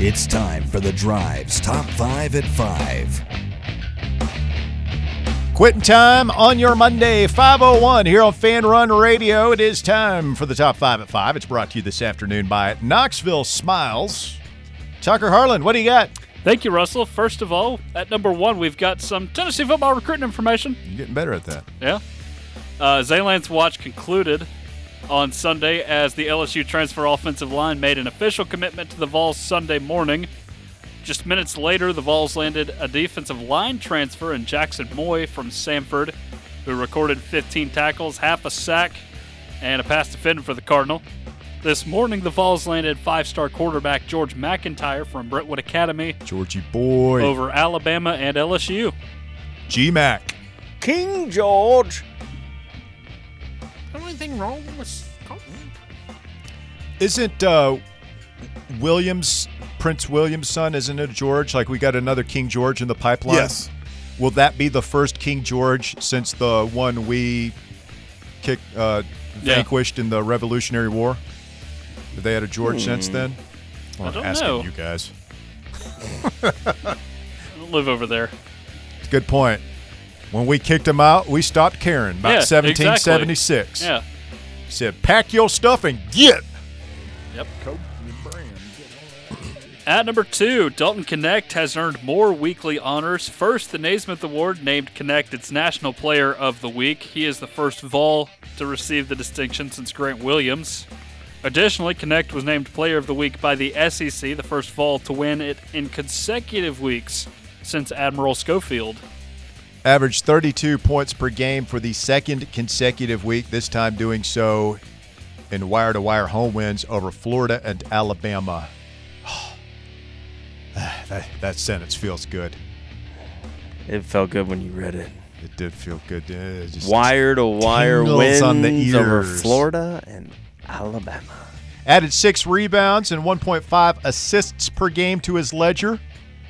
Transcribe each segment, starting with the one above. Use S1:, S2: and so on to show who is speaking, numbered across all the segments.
S1: It's time for the Drive's Top 5 at 5.
S2: Quitting time on your Monday, 501 here on Fan Run Radio. It is time for the top five at five. It's brought to you this afternoon by Knoxville Smiles. Tucker Harlan, what do you got?
S3: Thank you, Russell. First of all, at number one, we've got some Tennessee football recruiting information.
S2: You're getting better at that.
S3: Yeah. Uh, Zalan's watch concluded on Sunday as the LSU transfer offensive line made an official commitment to the Vols Sunday morning. Just minutes later, the Vols landed a defensive line transfer in Jackson Moy from Samford, who recorded 15 tackles, half a sack, and a pass defended for the Cardinal. This morning, the Vols landed five star quarterback George McIntyre from Brentwood Academy
S2: Georgie boy.
S3: over Alabama and LSU.
S2: G Mac.
S4: King George.
S2: Isn't uh, Williams, Prince William's son, isn't it George? Like we got another King George in the pipeline?
S5: Yes.
S2: Will that be the first King George since the one we kick, uh,
S3: Yeah.
S2: vanquished in the Revolutionary War? Have they had a George since then? Hmm. Well, I'm
S3: don't
S2: asking
S3: know.
S2: you guys.
S3: I don't live over there.
S2: Good point. When we kicked him out, we stopped caring about
S3: Yeah, exactly.
S2: 1776.
S3: Yeah.
S2: Said, pack your stuff and get.
S3: At number two, Dalton Connect has earned more weekly honors. First, the Naismith Award named Connect its National Player of the Week. He is the first Vol to receive the distinction since Grant Williams. Additionally, Connect was named Player of the Week by the SEC, the first Vol to win it in consecutive weeks since Admiral Schofield.
S2: Averaged 32 points per game for the second consecutive week, this time doing so in wire to wire home wins over Florida and Alabama. Ah, that, that sentence feels good.
S4: It felt good when you read it.
S2: It did feel good. Uh, just-
S4: Wire to wire
S2: tingles
S4: wins
S2: on the
S4: over
S2: ears.
S4: Florida and Alabama.
S2: Added six rebounds and 1.5 assists per game to his ledger.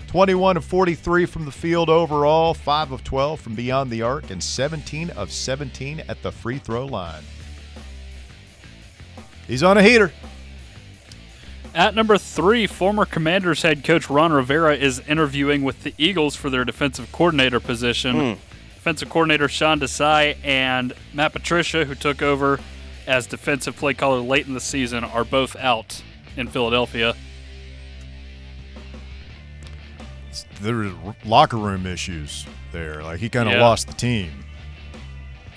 S2: 21 of 43 from the field overall, 5 of 12 from beyond the arc, and 17 of 17 at the free throw line. He's on a heater.
S3: At number three, former Commanders head coach Ron Rivera is interviewing with the Eagles for their defensive coordinator position. Defensive coordinator Sean Desai and Matt Patricia, who took over as defensive play caller late in the season, are both out in Philadelphia.
S2: There was locker room issues there. Like he kind of
S3: Yeah.
S2: lost the team.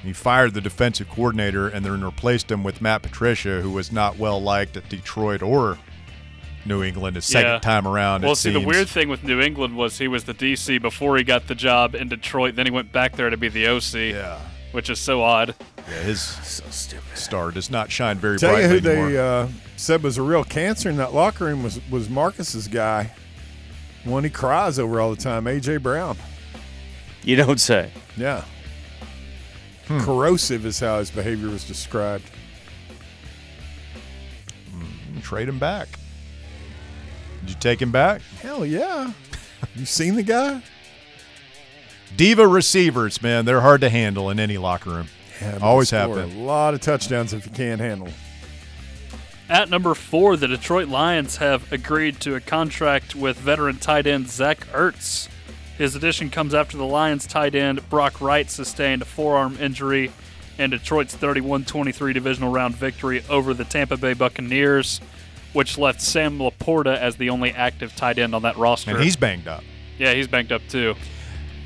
S2: He fired the defensive coordinator and then replaced him with Matt Patricia, who was not well liked at Detroit or New England his second
S3: Yeah.
S2: time around.
S3: well,
S2: it
S3: see, the
S2: seems.
S3: weird thing with New England was he was the DC before he got the job in Detroit. Then he went back there to be the OC,
S2: Yeah.
S3: which is so odd.
S2: Yeah, his
S4: So stupid.
S2: star does not shine very
S5: Tell
S2: brightly
S5: you who
S2: anymore.
S5: they uh, said was a real cancer in that locker room was was Marcus's guy. One he cries over all the time, AJ Brown.
S4: You don't say.
S5: Yeah.
S2: Hmm.
S5: Corrosive is how his behavior was described. uh,
S2: Trade him back. Did you take him back?
S5: Hell yeah. you seen the guy?
S2: Diva receivers, man, they're hard to handle in any locker room.
S5: Yeah, but
S2: Always
S5: they score
S2: happen.
S5: A lot of touchdowns if you can't handle. 'em.
S3: At number four, the Detroit Lions have agreed to a contract with veteran tight end Zach Ertz. His addition comes after the Lions tight end Brock Wright sustained a forearm injury in Detroit's 31 23 divisional round victory over the Tampa Bay Buccaneers, which left Sam Laporta as the only active tight end on that roster.
S2: And he's banged up.
S3: yeah, he's banked up too.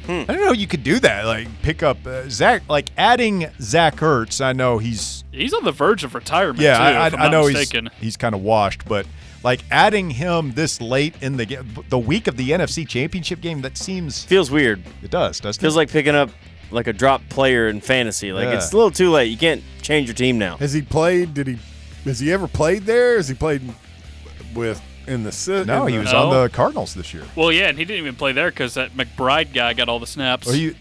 S2: I don't know you could do that. Like pick up uh, Zach, like adding Zach Ertz. I know he's
S3: He's on the verge of retirement
S2: yeah.
S3: too,
S2: I,
S3: if I'm
S2: I, I
S3: not
S2: know
S3: mistaken.
S2: he's he's kind of washed, but like adding him this late in the game, the week of the NFC Championship game, that seems
S4: Feels weird.
S2: it does doesn't
S4: Feels
S2: it?
S4: like picking up like a drop player in fantasy. Like
S2: Yeah.
S4: it's a little too late. You can't change your team now.
S5: Has he played? Did he? Has he ever played there? Has he played with in the si-
S2: no,
S5: in
S2: he
S5: the-
S2: was
S3: No.
S2: on the Cardinals this year.
S3: well, yeah, and he didn't even play there because that McBride guy got all the snaps.
S2: Are you?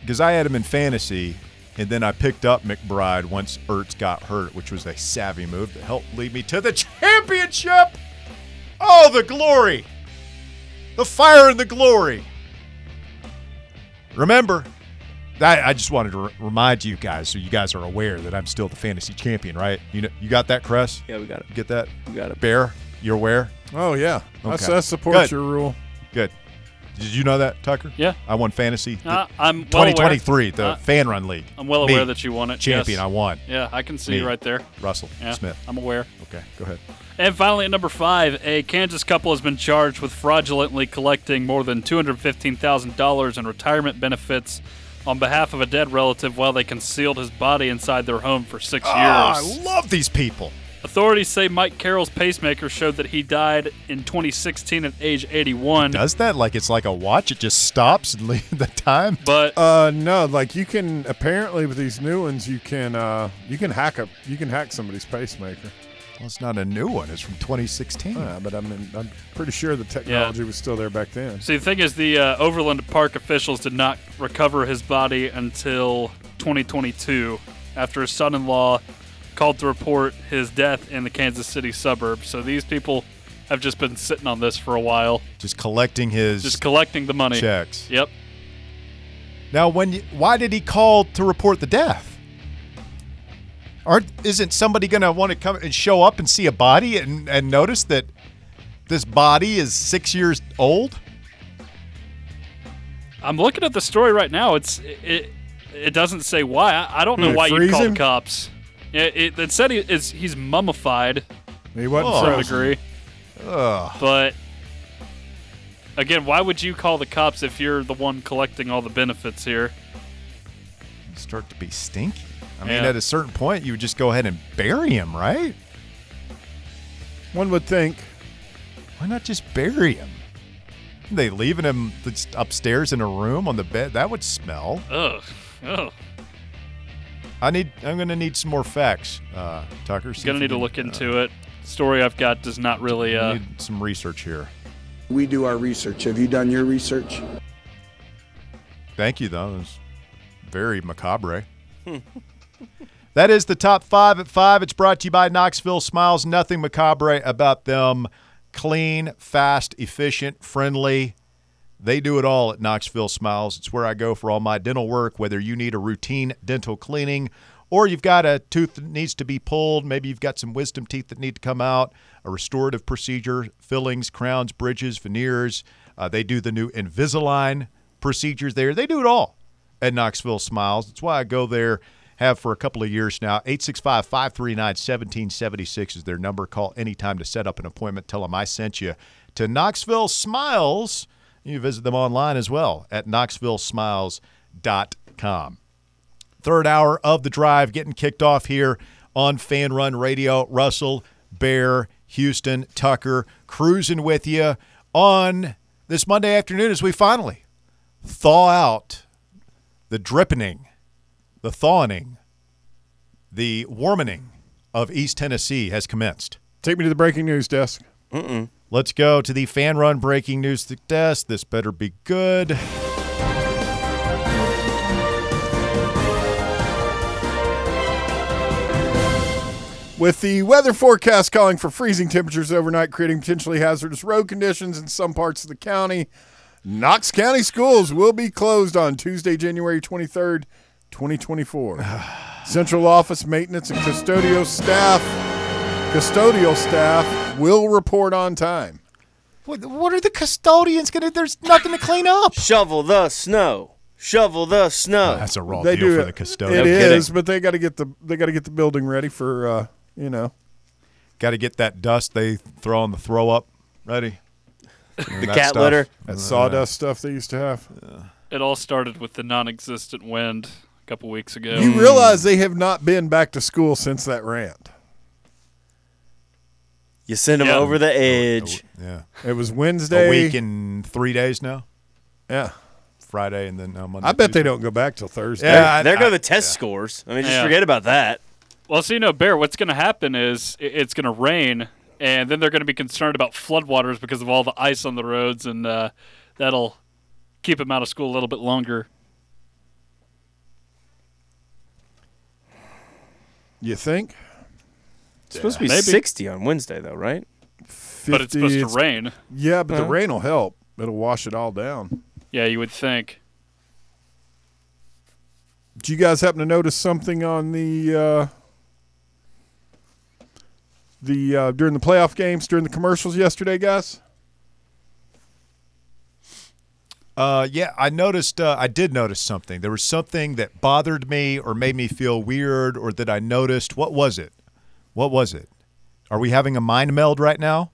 S2: Because I had him in fantasy, and then I picked up McBride once Ertz got hurt, which was a savvy move that helped lead me to the championship. Oh, the glory! The fire and the glory. Remember, I, I just wanted to re- remind you guys, so you guys are aware that I'm still the fantasy champion, right? You know, you got that, Chris?
S4: Yeah, we got it.
S2: You get that?
S4: We got it.
S2: Bear. You're aware?
S5: Oh yeah, That's-
S2: Okay.
S5: that supports
S2: Good.
S5: your rule.
S2: Good. Did you know that, Tucker?
S3: Yeah.
S2: I won fantasy
S3: Uh, I'm well aware-
S2: 2023, the
S3: uh,
S2: fan run league.
S3: I'm well
S2: Me,
S3: aware that you won it.
S2: champion.
S3: yes.
S2: I won.
S3: yeah, I can see
S2: Me.
S3: right there.
S2: Russell
S3: Yeah,
S2: Smith.
S3: I'm aware.
S2: Okay, go ahead.
S3: And finally, at number five, a Kansas couple has been charged with fraudulently collecting more than $215,000 in retirement benefits on behalf of a dead relative while they concealed his body inside their home for six
S2: Ah,
S3: years.
S2: I love these people.
S3: Authorities say Mike Carroll's pacemaker showed that he died in 2016 at age 81.
S2: Does that like it's like a watch? It just stops and leave the time.
S3: But
S5: Uh, no, like you can apparently with these new ones, you can uh, you can hack a you can hack somebody's pacemaker.
S2: Well, it's not a new one. It's from 2016.
S5: Yeah, but I mean, I'm pretty sure the technology was still there back then.
S3: see, the thing is, the uh, Overland Park officials did not recover his body until 2022 after his son in law called to report his death in the Kansas City suburb. So these people have just been sitting on this for a while,
S2: Just collecting his
S3: just collecting the money.
S2: checks.
S3: Yep.
S2: Now, when you, why did he call to report the death? Aren't isn't somebody going to want to come and show up and see a body and, and notice that this body is six years old?
S3: I'm looking at the story right now. It's it. It doesn't say why. I, I don't know
S5: Did it
S3: why you
S5: Hmm. freeze
S3: called
S5: him?
S3: cops. It, it, it said he, it's, he's mummified
S5: He wasn't
S2: Oh.
S3: to a
S5: frozen.
S3: degree, but again, why would you call the cops if you're the one collecting all the benefits here?
S2: Start to be stinky. I mean,
S3: Yeah.
S2: at a certain point, you would just go ahead and bury him, right?
S5: One would think.
S2: Why not just bury him? They leaving him just upstairs in a room on the bed. That would smell.
S3: Ugh. Oh,
S2: I need. I'm gonna need some more facts, uh, Tucker. see if
S3: gonna
S2: you
S3: need to
S2: can-
S3: look into it. Story I've got does not really.
S2: I
S3: Uh,
S2: need some research here.
S6: We do our research. Have you done your research?
S2: Thank you, though. That was very macabre. that is the top five at five. It's brought to you by Knoxville Smiles. Nothing macabre about them. Clean, fast, efficient, friendly. They do it all at Knoxville Smiles. It's where I go for all my dental work, whether you need a routine dental cleaning or you've got a tooth that needs to be pulled, maybe you've got some wisdom teeth that need to come out, a restorative procedure, fillings, crowns, bridges, veneers. Uh, they do the new Invisalign procedures there. They do it all at Knoxville Smiles. That's why I go there, have for a couple of years now. 865 539 1776 is their number. Call anytime to set up an appointment. Tell them I sent you to Knoxville Smiles. You visit them online as well at knoxvillesmiles.com. Third hour of the drive getting kicked off here on Fan Run Radio. Russell, Bear, Houston, Tucker cruising with you on this Monday afternoon as we finally thaw out the drippening, the thawing, the warming of East Tennessee has commenced.
S5: Take me to the breaking news desk.
S2: Let's go to the fan run breaking news desk. This better be good.
S5: With the weather forecast calling for freezing temperatures overnight, creating potentially hazardous road conditions in some parts of the county, Knox County schools will be closed on Tuesday, January 23rd, 2024. Central office maintenance and custodial staff custodial staff will report on time.
S2: What, what are the custodians going to There's nothing to clean up.
S4: Shovel the snow. Shovel the snow.
S2: That's a raw
S5: they
S2: deal
S5: do
S2: for the
S5: It
S2: custodian.
S5: is, but they got to get the they got to get the building ready for uh, you know.
S2: Got to get that dust they throw on the throw up ready. The
S4: cat litter.
S5: That sawdust stuff they used to have.
S2: Mm.
S3: it all started with the non-existent wind a couple weeks ago.
S5: You realize they have not been back to school since that rant.
S4: You send them
S3: Yeah.
S4: over the edge.
S2: Yeah.
S5: It was
S2: A
S5: Wednesday.
S2: week and three days now.
S5: yeah.
S2: Friday and then uh, Monday.
S5: I bet they
S2: Tuesday.
S5: don't go back till Thursday.
S2: Yeah. I-
S4: there
S2: I-
S4: go the test scores. I mean, just
S3: Yeah.
S4: forget about that.
S3: Well, so you know, Bear, what's going to happen is i- it's going to rain, and then they're going to be concerned about floodwaters because of all the ice on the roads, and uh, that'll keep them out of school a little bit longer.
S5: You think?
S4: It's supposed to be
S3: Maybe.
S4: 60 on Wednesday, though, right?
S5: 50,
S3: But it's supposed to
S5: it's-
S3: rain.
S5: Yeah, but the rain will help. It'll wash it all down.
S3: Yeah, you would think.
S5: Do you guys happen to notice something on the uh, the uh, during the playoff games during the commercials yesterday, guys?
S2: Uh, yeah, I noticed. Uh, I did notice something. There was something that bothered me or made me feel weird or that I noticed. What was it? What was it? Are we having a mind meld right now?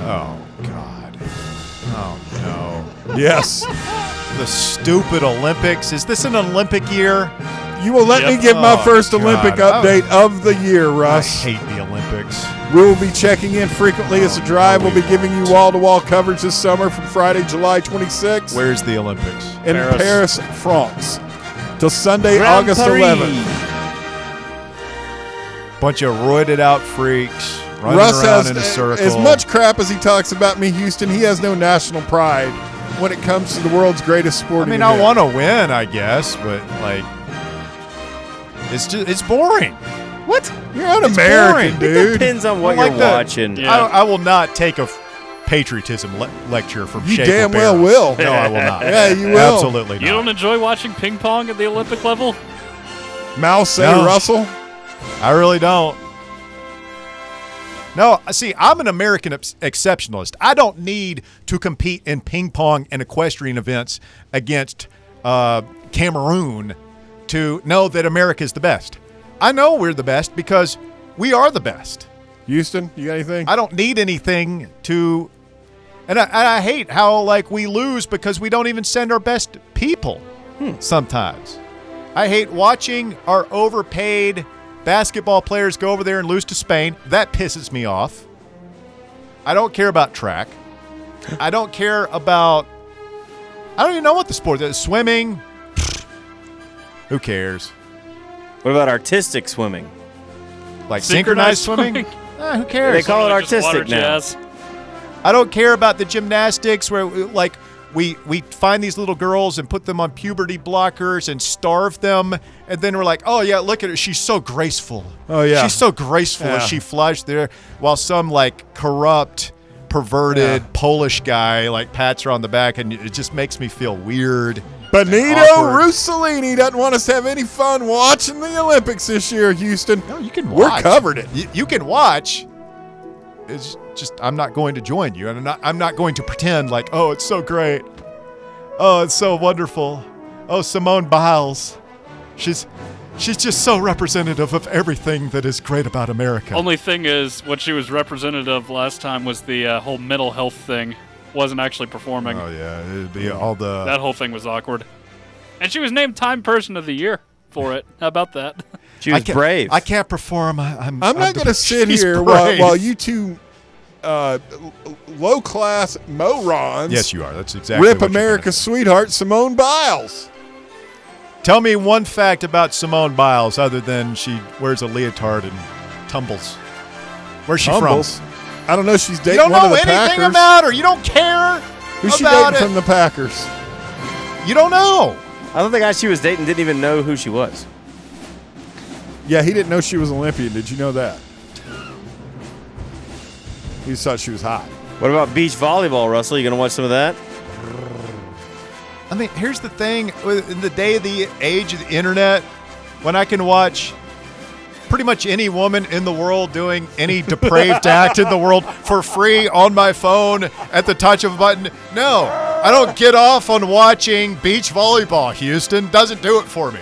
S2: Oh God! Oh
S5: Yes.
S2: no! The stupid Olympics. Is this an Olympic year?
S5: you will let
S3: Yep.
S5: me give my
S2: Oh,
S5: first
S2: God.
S5: Olympic
S2: Oh.
S5: update of the year,
S2: I
S5: Russ.
S2: hate the Olympics.
S5: We will be checking in frequently as a
S2: Oh,
S5: drive. We'll be giving you wall to wall coverage this summer from Friday, July 26th
S2: Where's the Olympics?
S5: in Paris,
S3: Paris.
S5: France, till Sunday,
S4: Grand
S5: August
S4: Prix.
S5: 11th.
S2: Bunch of roided out freaks running
S5: Russ
S2: around
S5: has
S2: in a
S5: a-
S2: circle.
S5: as much crap as he talks about me, Houston. He has no national pride when it comes to the world's greatest
S2: I
S5: sport.
S2: mean, I want to win, I guess, but like, it's just it's boring.
S5: what? You're an
S2: It's
S5: American,
S2: boring.
S5: dude.
S4: Depends on
S2: I
S4: what
S2: like
S4: you're
S2: the-
S4: watching.
S3: Yeah.
S2: I, I will not take a f- patriotism le- lecture from
S5: You
S2: Shea
S5: damn
S2: Bear.
S5: well will.
S2: No, I will not.
S5: Yeah, you will.
S2: Absolutely
S3: You don't
S2: not.
S3: enjoy watching ping pong at the Olympic level?
S5: Mouse say
S2: No.
S5: Russell.
S2: I really don't. No, see, I'm an American ex- exceptionalist. I don't need to compete in ping pong and equestrian events against uh, Cameroon to know that America's the best. I know we're the best because we are the best.
S5: Houston, you got anything?
S2: I don't need anything to, and I, and I hate how like we lose because we don't even send our best people sometimes. I hate watching our overpaid basketball players go over there and lose to Spain. That pisses me off. I don't care about track. I don't care about. I don't even know what the sport is. Swimming. Who cares?
S4: What about artistic swimming?
S2: Like synchronized,
S3: Synchronized
S2: swimming? Eh, who cares?
S4: They call it
S3: Just water
S4: artistic now.
S3: jazz.
S2: I don't care about the gymnastics where like we we find these little girls and put them on puberty blockers and starve them and then we're like, "Oh yeah, look at her. She's so graceful."
S5: Oh, yeah.
S2: She's so graceful as
S5: Yeah.
S2: she flies there while some like corrupt perverted
S5: Yeah.
S2: Polish guy like pats her on the back and it just makes me feel weird.
S5: Benito
S2: Awkward.
S5: Russellini doesn't want us to have any fun watching the Olympics this year, Houston.
S2: No, you can
S5: We're
S2: watch.
S5: covered it.
S2: You, you can watch. It's just I'm not going to join you, and I'm not I'm not going to pretend like oh it's so great, oh it's so wonderful, oh Simone Biles, she's she's just so representative of everything that is great about America.
S3: Only thing is, what she was representative of last time was the uh, whole mental health thing. Wasn't actually performing.
S2: oh yeah, it'd be all the
S3: That whole thing was awkward. And she was named Time Person of the Year for it. How about that?
S4: She
S2: I
S4: was
S2: can't,
S4: brave.
S2: I can't perform. I, I'm
S5: I'm not going to sit here while, while you two uh, low class morons
S2: Yes, you are. That's exactly.
S5: rip
S2: what you're gonna
S5: America's sweetheart, Simone Biles.
S2: do. Tell me one fact about Simone Biles other than she wears a leotard and tumbles. Where's she
S5: Humbles.
S2: from?
S5: I don't know. She's dating
S2: You don't
S5: one
S2: know
S5: of the
S2: anything
S5: Packers.
S2: about her. You don't care
S5: Who's she
S2: about
S5: dating
S2: it.
S5: from the Packers?
S2: you don't know.
S4: I don't think I she was dating didn't even know who she was.
S5: Yeah, he didn't know she was Olympian. Did you know that? He just thought she was hot.
S4: What about beach volleyball, Russell? You gonna watch some of that?
S2: I mean, here's the thing: with- in the day of the age of the internet, when I can watch pretty much any woman in the world doing any depraved act in the world for free on my phone at the touch of a button, no, I don't get off on watching beach volleyball. Houston doesn't do it for me.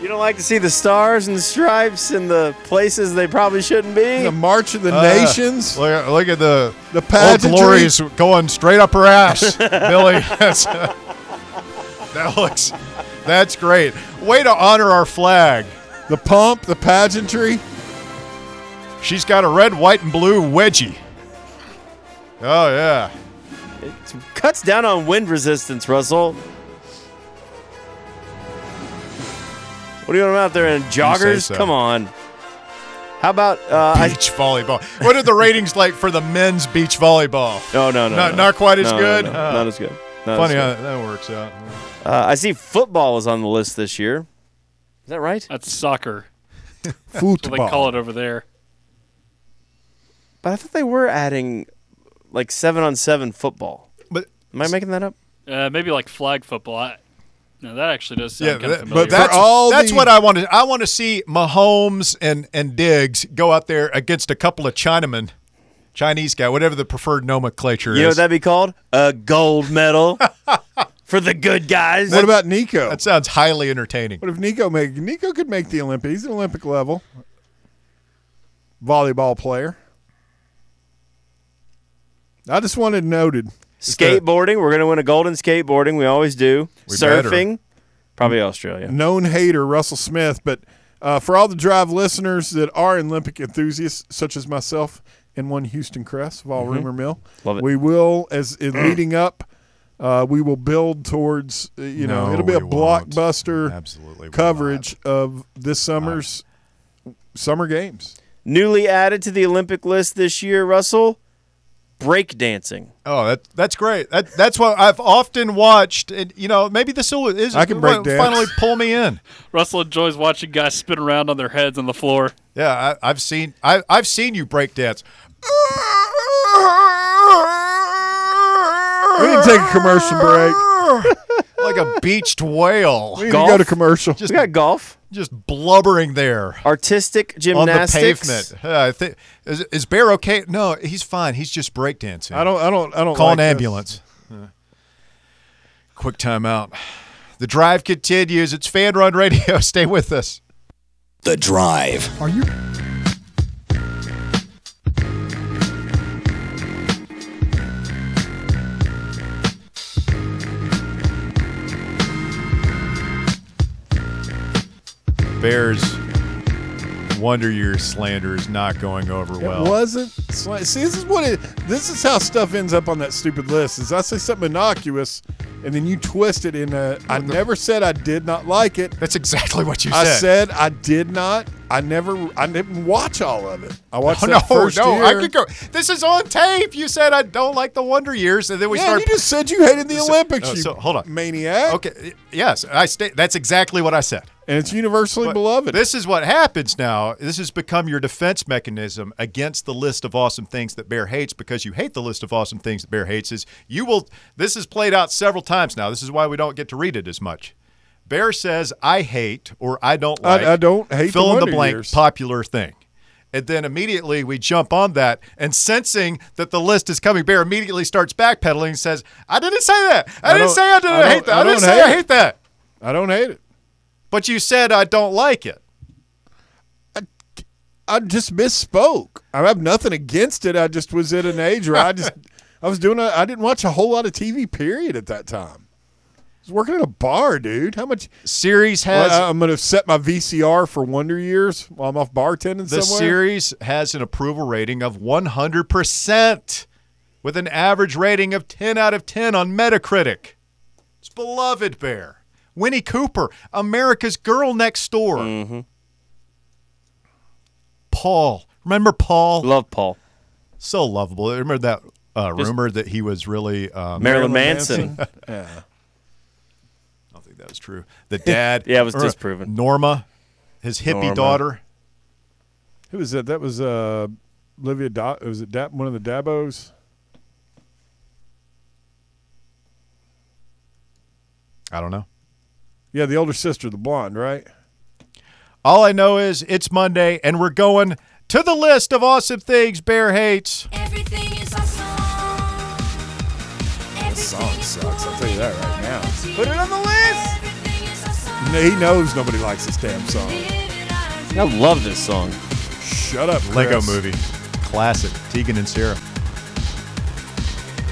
S4: You don't like to see the stars and the stripes and the places they probably shouldn't be.
S5: The March of the
S2: Uh,
S5: Nations.
S2: Look, look at the
S5: The
S2: old
S5: pageantry.
S2: glories going straight up her ass, Billy. That's, that looks. That's great. Way to honor our flag.
S5: The pump, the pageantry.
S2: She's got a red, white, and blue wedgie. Oh yeah.
S4: It cuts down on wind resistance, Russell. What are you doing out there in joggers?
S2: so.
S4: Come on. How about uh, I,
S2: Beach volleyball. What are the ratings like for the men's beach volleyball?
S4: no, no, no,
S2: Not-
S4: no.
S2: not quite as
S4: No, no,
S2: good?
S4: no,
S2: Uh,
S4: not as good. Not
S2: Funny how
S4: as
S2: that, that works out.
S4: good. Uh, I see football is on the list this year. Is that right?
S3: That's soccer. That's
S5: Football.
S3: what they call it over there.
S4: But I thought they were adding like seven on seven football.
S2: But
S4: Am I making that up?
S3: Uh, maybe like flag football. I, Now that actually does sound kind of
S5: that-
S3: familiar.
S5: but
S2: That's
S5: For all
S2: that's
S5: the-
S2: what I want to. I want to see Mahomes and and Diggs go out there against a couple of Chinamen, Chinese guy, whatever the preferred nomenclature
S4: You know
S2: is.
S4: what that'd be called? A gold medal for the good guys.
S5: What about Nico?
S2: that sounds highly entertaining.
S5: What if Nico make Nico could make the Olympic? He's an Olympic level volleyball player. I just wanted noted.
S4: skateboarding? We're gonna win a gold in skateboarding. We always do.
S2: We better.
S4: Surfing, probably Australia.
S5: known hater Russell Smith, but uh, for all the drive listeners that are Olympic enthusiasts, such as myself and one Houston Crest of
S2: Mm-hmm.
S5: all rumor mill,
S4: Love it.
S5: we will as in
S2: Mm.
S5: leading up. Uh, we will build towards uh, you know
S2: No,
S5: it'll be a
S2: we won't.
S5: blockbuster
S2: Absolutely will
S5: coverage of this summer's summer games.
S4: Newly added to the Olympic list this year, Russell, breakdancing.
S2: Oh, that that's great. That that's what I've often watched. And you know, maybe this will is
S5: I can break
S2: will
S5: dance.
S2: finally pull me in.
S3: Russell enjoys watching guys spin around on their heads on the floor.
S2: Yeah, I, I've seen I, I've seen you break dance.
S5: We need to take a commercial break.
S2: like a beached whale,
S5: We need
S4: Golf?
S5: to go to commercial.
S4: We got golf,
S2: just blubbering there
S4: artistic gymnastics.
S2: on the pavement. Uh, I thi- is, is Bear okay? No, he's fine. He's just breakdancing.
S5: I don't. I don't. I don't.
S2: call
S5: like
S2: an
S5: this.
S2: ambulance. Uh, Quick timeout. The drive continues. It's Fan Run Radio. Stay with us.
S1: The Drive.
S2: Bears Wonder Year slander is not going over
S5: It
S2: well.
S5: wasn't. sli- See, this is what it. This is how stuff ends up on that stupid list. Is I say something innocuous, and then you twist it in a. I never said I did not like it.
S2: That's exactly what you
S5: I
S2: said.
S5: said I did not. I never. I didn't watch all of it. I watched
S2: Oh,
S5: that
S2: no,
S5: first
S2: no,
S5: year.
S2: I could go. This is on tape. You said I don't like the Wonder Years, and then we
S5: yeah,
S2: started.
S5: you just said you hated the
S2: So-
S5: Olympics.
S2: uh,
S5: you
S2: so, hold on.
S5: maniac.
S2: okay, yes, I sta- That's exactly what I said.
S5: and it's universally
S2: But
S5: beloved.
S2: This is what happens now. This has become your defense mechanism against the list of awesome things that Bear hates because you hate the list of awesome things that Bear hates. Is you will. This is played out several times now. This is why we don't get to read it as much. Bear says I hate or I don't
S5: I-
S2: like.
S5: I don't hate the
S2: fill in the
S5: Wonder
S2: blank
S5: Years.
S2: popular thing. And then immediately we jump on that, and sensing that the list is coming, Bear immediately starts backpedaling and says, "I didn't say that. I, didn't
S5: don't-
S2: say I didn't
S5: I don't-
S2: hate that.
S5: I
S2: I, didn't
S5: don't
S2: say I
S5: hate it."
S2: hate that."
S5: I don't hate it.
S2: But you said I don't like it.
S5: I just misspoke. I have nothing against it. I just was at an age where I just I was doing a, I didn't watch a whole lot of TV period at that time. I was working at a bar, dude. How much
S2: Series has
S5: well, I,
S4: um,
S5: am going to set my VCR for Wonder Years while I'm off bartending
S2: The
S5: somewhere.
S2: series has an approval rating of 100%, with an average rating of 10 out of 10 on Metacritic. It's beloved bear. Winnie Cooper, America's Girl Next Door.
S4: Mm-hmm.
S2: Paul. Remember Paul?
S4: Love Paul.
S2: So lovable. Remember that uh, rumor that he was really. Um,
S4: Marilyn, Manson.
S2: I don't think that was true. The dad.
S4: Yeah, it was
S2: or, uh,
S4: disproven.
S2: Norma, his hippie
S4: Norma.
S2: daughter.
S5: Who was that? That was uh, Olivia. Da- was it da- one of the Dabos?
S2: I don't know.
S5: Yeah, the older sister, the blonde, right?
S2: All I know is it's Monday, and we're going to the list of awesome things Bear hates.
S7: Everything is awesome. That song sucks. I'll tell you that right now. Put it on the
S5: No,
S7: list.
S5: He knows nobody likes this damn song.
S4: I love this song.
S5: Shut up, Chris.
S2: Lego movie. Classic. Tegan and Sarah.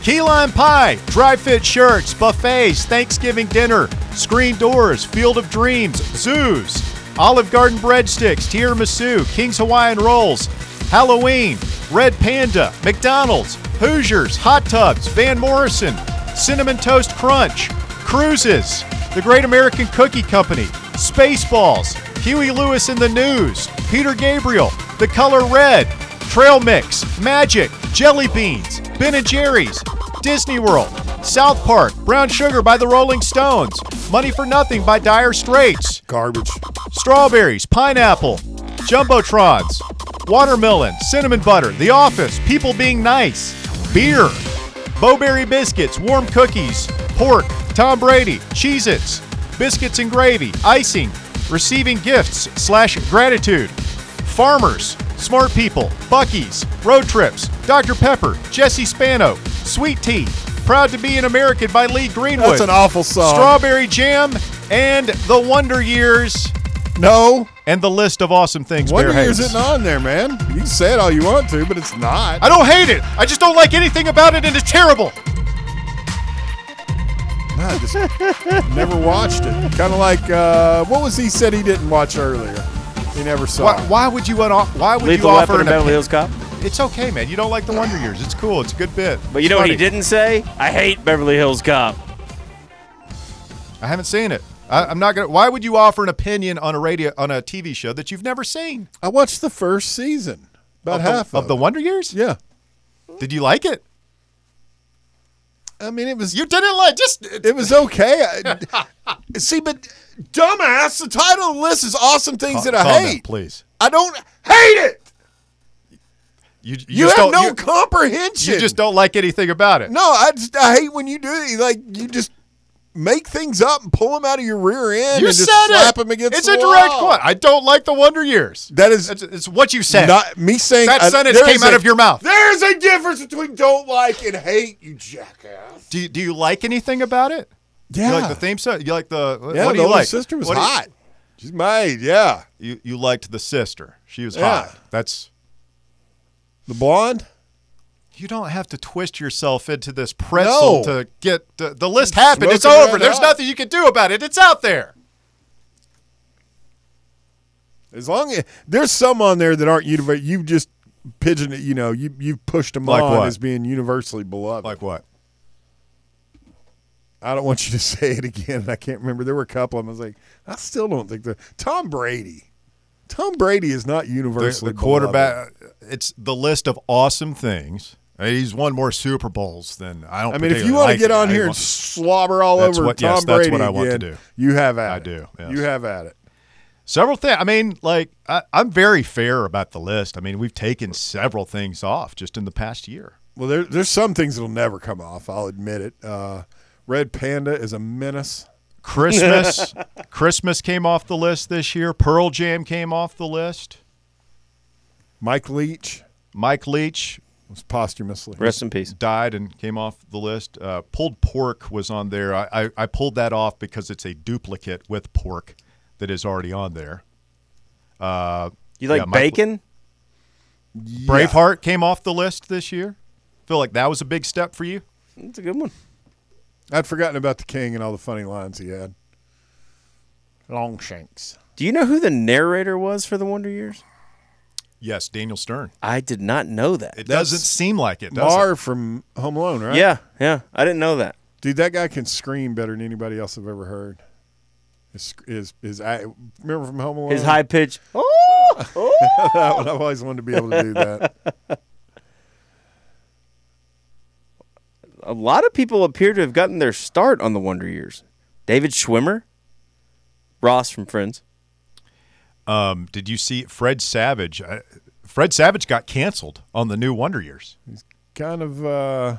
S2: Key lime pie, dry fit shirts, buffets, Thanksgiving dinner, screen doors, field of dreams, zoos, Olive Garden breadsticks, tiramisu, King's Hawaiian rolls, Halloween, Red Panda, McDonald's, Hoosiers, hot tubs, Van Morrison, Cinnamon Toast Crunch, cruises, the Great American Cookie Company, Spaceballs, Huey Lewis in the News, Peter Gabriel, The Color Red, Trail Mix, Magic, Jelly Beans, Ben and Jerry's, Disney World, South Park, Brown Sugar by the Rolling Stones, Money for Nothing by Dire Straits,
S5: Garbage.
S2: Strawberries, Pineapple, Jumbotrons, Watermelon, Cinnamon Butter, The Office, People Being Nice, Beer, Bowberry Biscuits, Warm Cookies, Pork, Tom Brady, Cheez Its, biscuits and gravy, icing, receiving gifts slash gratitude, farmers, smart people, Bucky's, road trips, Dr. Pepper, Jesse Spano, sweet tea, proud to be an American by Lee Greenwood.
S5: That's an awful song.
S2: Strawberry jam and the Wonder Years
S5: No.
S2: and the list of awesome things.
S5: Wonder
S2: Bear
S5: Years
S2: hates.
S5: isn't on there, man. You can say it all you want to, but it's not.
S2: I don't hate it. I just don't like anything about it, and it's terrible.
S5: No, I just never watched it. Kind of like uh, what was he said he didn't watch earlier. He never saw.
S2: Why,
S5: it.
S2: why would you? want- Why would
S4: Lethal
S2: you
S4: Weapon
S2: offer
S4: and
S2: an
S4: Beverly
S2: opinion?
S4: Hills Cop.
S2: It's okay, man. You don't like the Wonder Years. It's cool. It's a good bit.
S4: But you know what he didn't say? I hate Beverly Hills Cop.
S2: I haven't seen it. I, I'm not gonna. Why would you offer an opinion on a radio on a TV show that you've never seen?
S5: I watched the first season, about
S2: of
S5: half
S2: the, of the Wonder Years.
S5: Yeah,
S2: Did you like it?
S5: I mean it was
S2: You didn't like. Just
S5: it was okay. I, see, but dumbass, the title of the list is awesome things that I
S2: Comment,
S5: hate.
S2: please.
S5: I don't hate it.
S2: You, you,
S5: You,
S2: just don't,
S5: have no
S2: you-
S5: comprehension.
S2: you just don't like anything about it.
S5: No, I just I hate when you do it. Like you just make things up and pull them out of your rear end
S2: you
S5: and
S2: said
S5: just slap
S2: it.
S5: them against
S2: it's
S5: the
S2: a direct
S5: wall.
S2: quote. I don't like the Wonder Years.
S5: That is
S2: It's, it's what you said.
S5: not me saying
S2: That
S5: I-
S2: sentence
S5: there
S2: came
S5: is
S2: out
S5: a-
S2: of your mouth.
S5: There's a difference between don't like and hate, you jackass.
S2: do you, do you like anything about it?
S5: Yeah,
S2: You like the theme song? You like the what,
S5: yeah.
S2: what
S5: the
S2: do you
S5: older
S2: like?
S5: sister was
S2: What do you-
S5: hot. She's my age. Yeah,
S2: You, you liked the sister. She was
S5: Yeah.
S2: hot. That's
S5: the blonde.
S2: you don't have to twist yourself into this pretzel
S5: No.
S2: to get the, the list happened.
S5: Smoke
S2: It's
S5: it
S2: over.
S5: right
S2: There's
S5: out.
S2: nothing you can do about it. It's out there.
S5: As long as there's some on there that aren't universal, you've just pigeon you know you you've pushed them
S2: Like
S5: on
S2: what?
S5: as being universally beloved.
S2: what?
S5: I don't want you to say it again. I can't remember. There were a couple of them. I was like, I still don't think the Tom Brady. Tom Brady is not
S2: The,
S5: universally
S2: the quarterback. uh, It's the list of awesome things. Uh, He's won more Super Bowls than I don't.
S5: beloved. I mean, if you
S2: want to
S5: get on here and
S2: want,
S5: slobber all
S2: That's
S5: over
S2: what-
S5: Tom
S2: yes, that's
S5: Brady
S2: what I want to
S5: again,
S2: do.
S5: you have at
S2: I
S5: it.
S2: do, yes.
S5: You have at it.
S2: several things. I mean, like I, I'm very fair about the list. I mean, we've taken several things off just in the past year.
S5: Well, there, there's some things that'll never come off. I'll admit it. Uh, Red Panda is a menace.
S2: Christmas. Christmas came off the list this year. Pearl Jam came off the list.
S5: Mike Leach
S2: Mike Leach
S5: was posthumously.
S4: Rest in peace.
S2: died and came off the list. Uh, pulled pork was on there. I, I, I pulled that off because it's a duplicate with pork that is already on there. Uh,
S4: You like
S2: yeah, Mike-
S4: bacon?
S2: Braveheart came off the list this year. Feel like that was a big step for you.
S4: That's a good one.
S5: I'd forgotten about the king and all the funny lines he had. Longshanks.
S4: Do you know who the narrator was for the Wonder Years?
S2: Yes, Daniel Stern.
S4: I did not know that.
S2: It doesn't seem like it, does
S5: Mar from Home Alone, right?
S4: Yeah, yeah. I didn't know that.
S5: Dude, that guy can scream better than anybody else I've ever heard. His, his, his I remember from Home Alone.
S4: His high pitch.
S5: that one, I've always wanted to be able to do that.
S4: A lot of people appear to have gotten their start on the Wonder Years. David Schwimmer, Ross from Friends.
S2: it? Um, did you see Fred Savage? Uh, Fred Savage got canceled on the new Wonder Years.
S5: kind of, uh,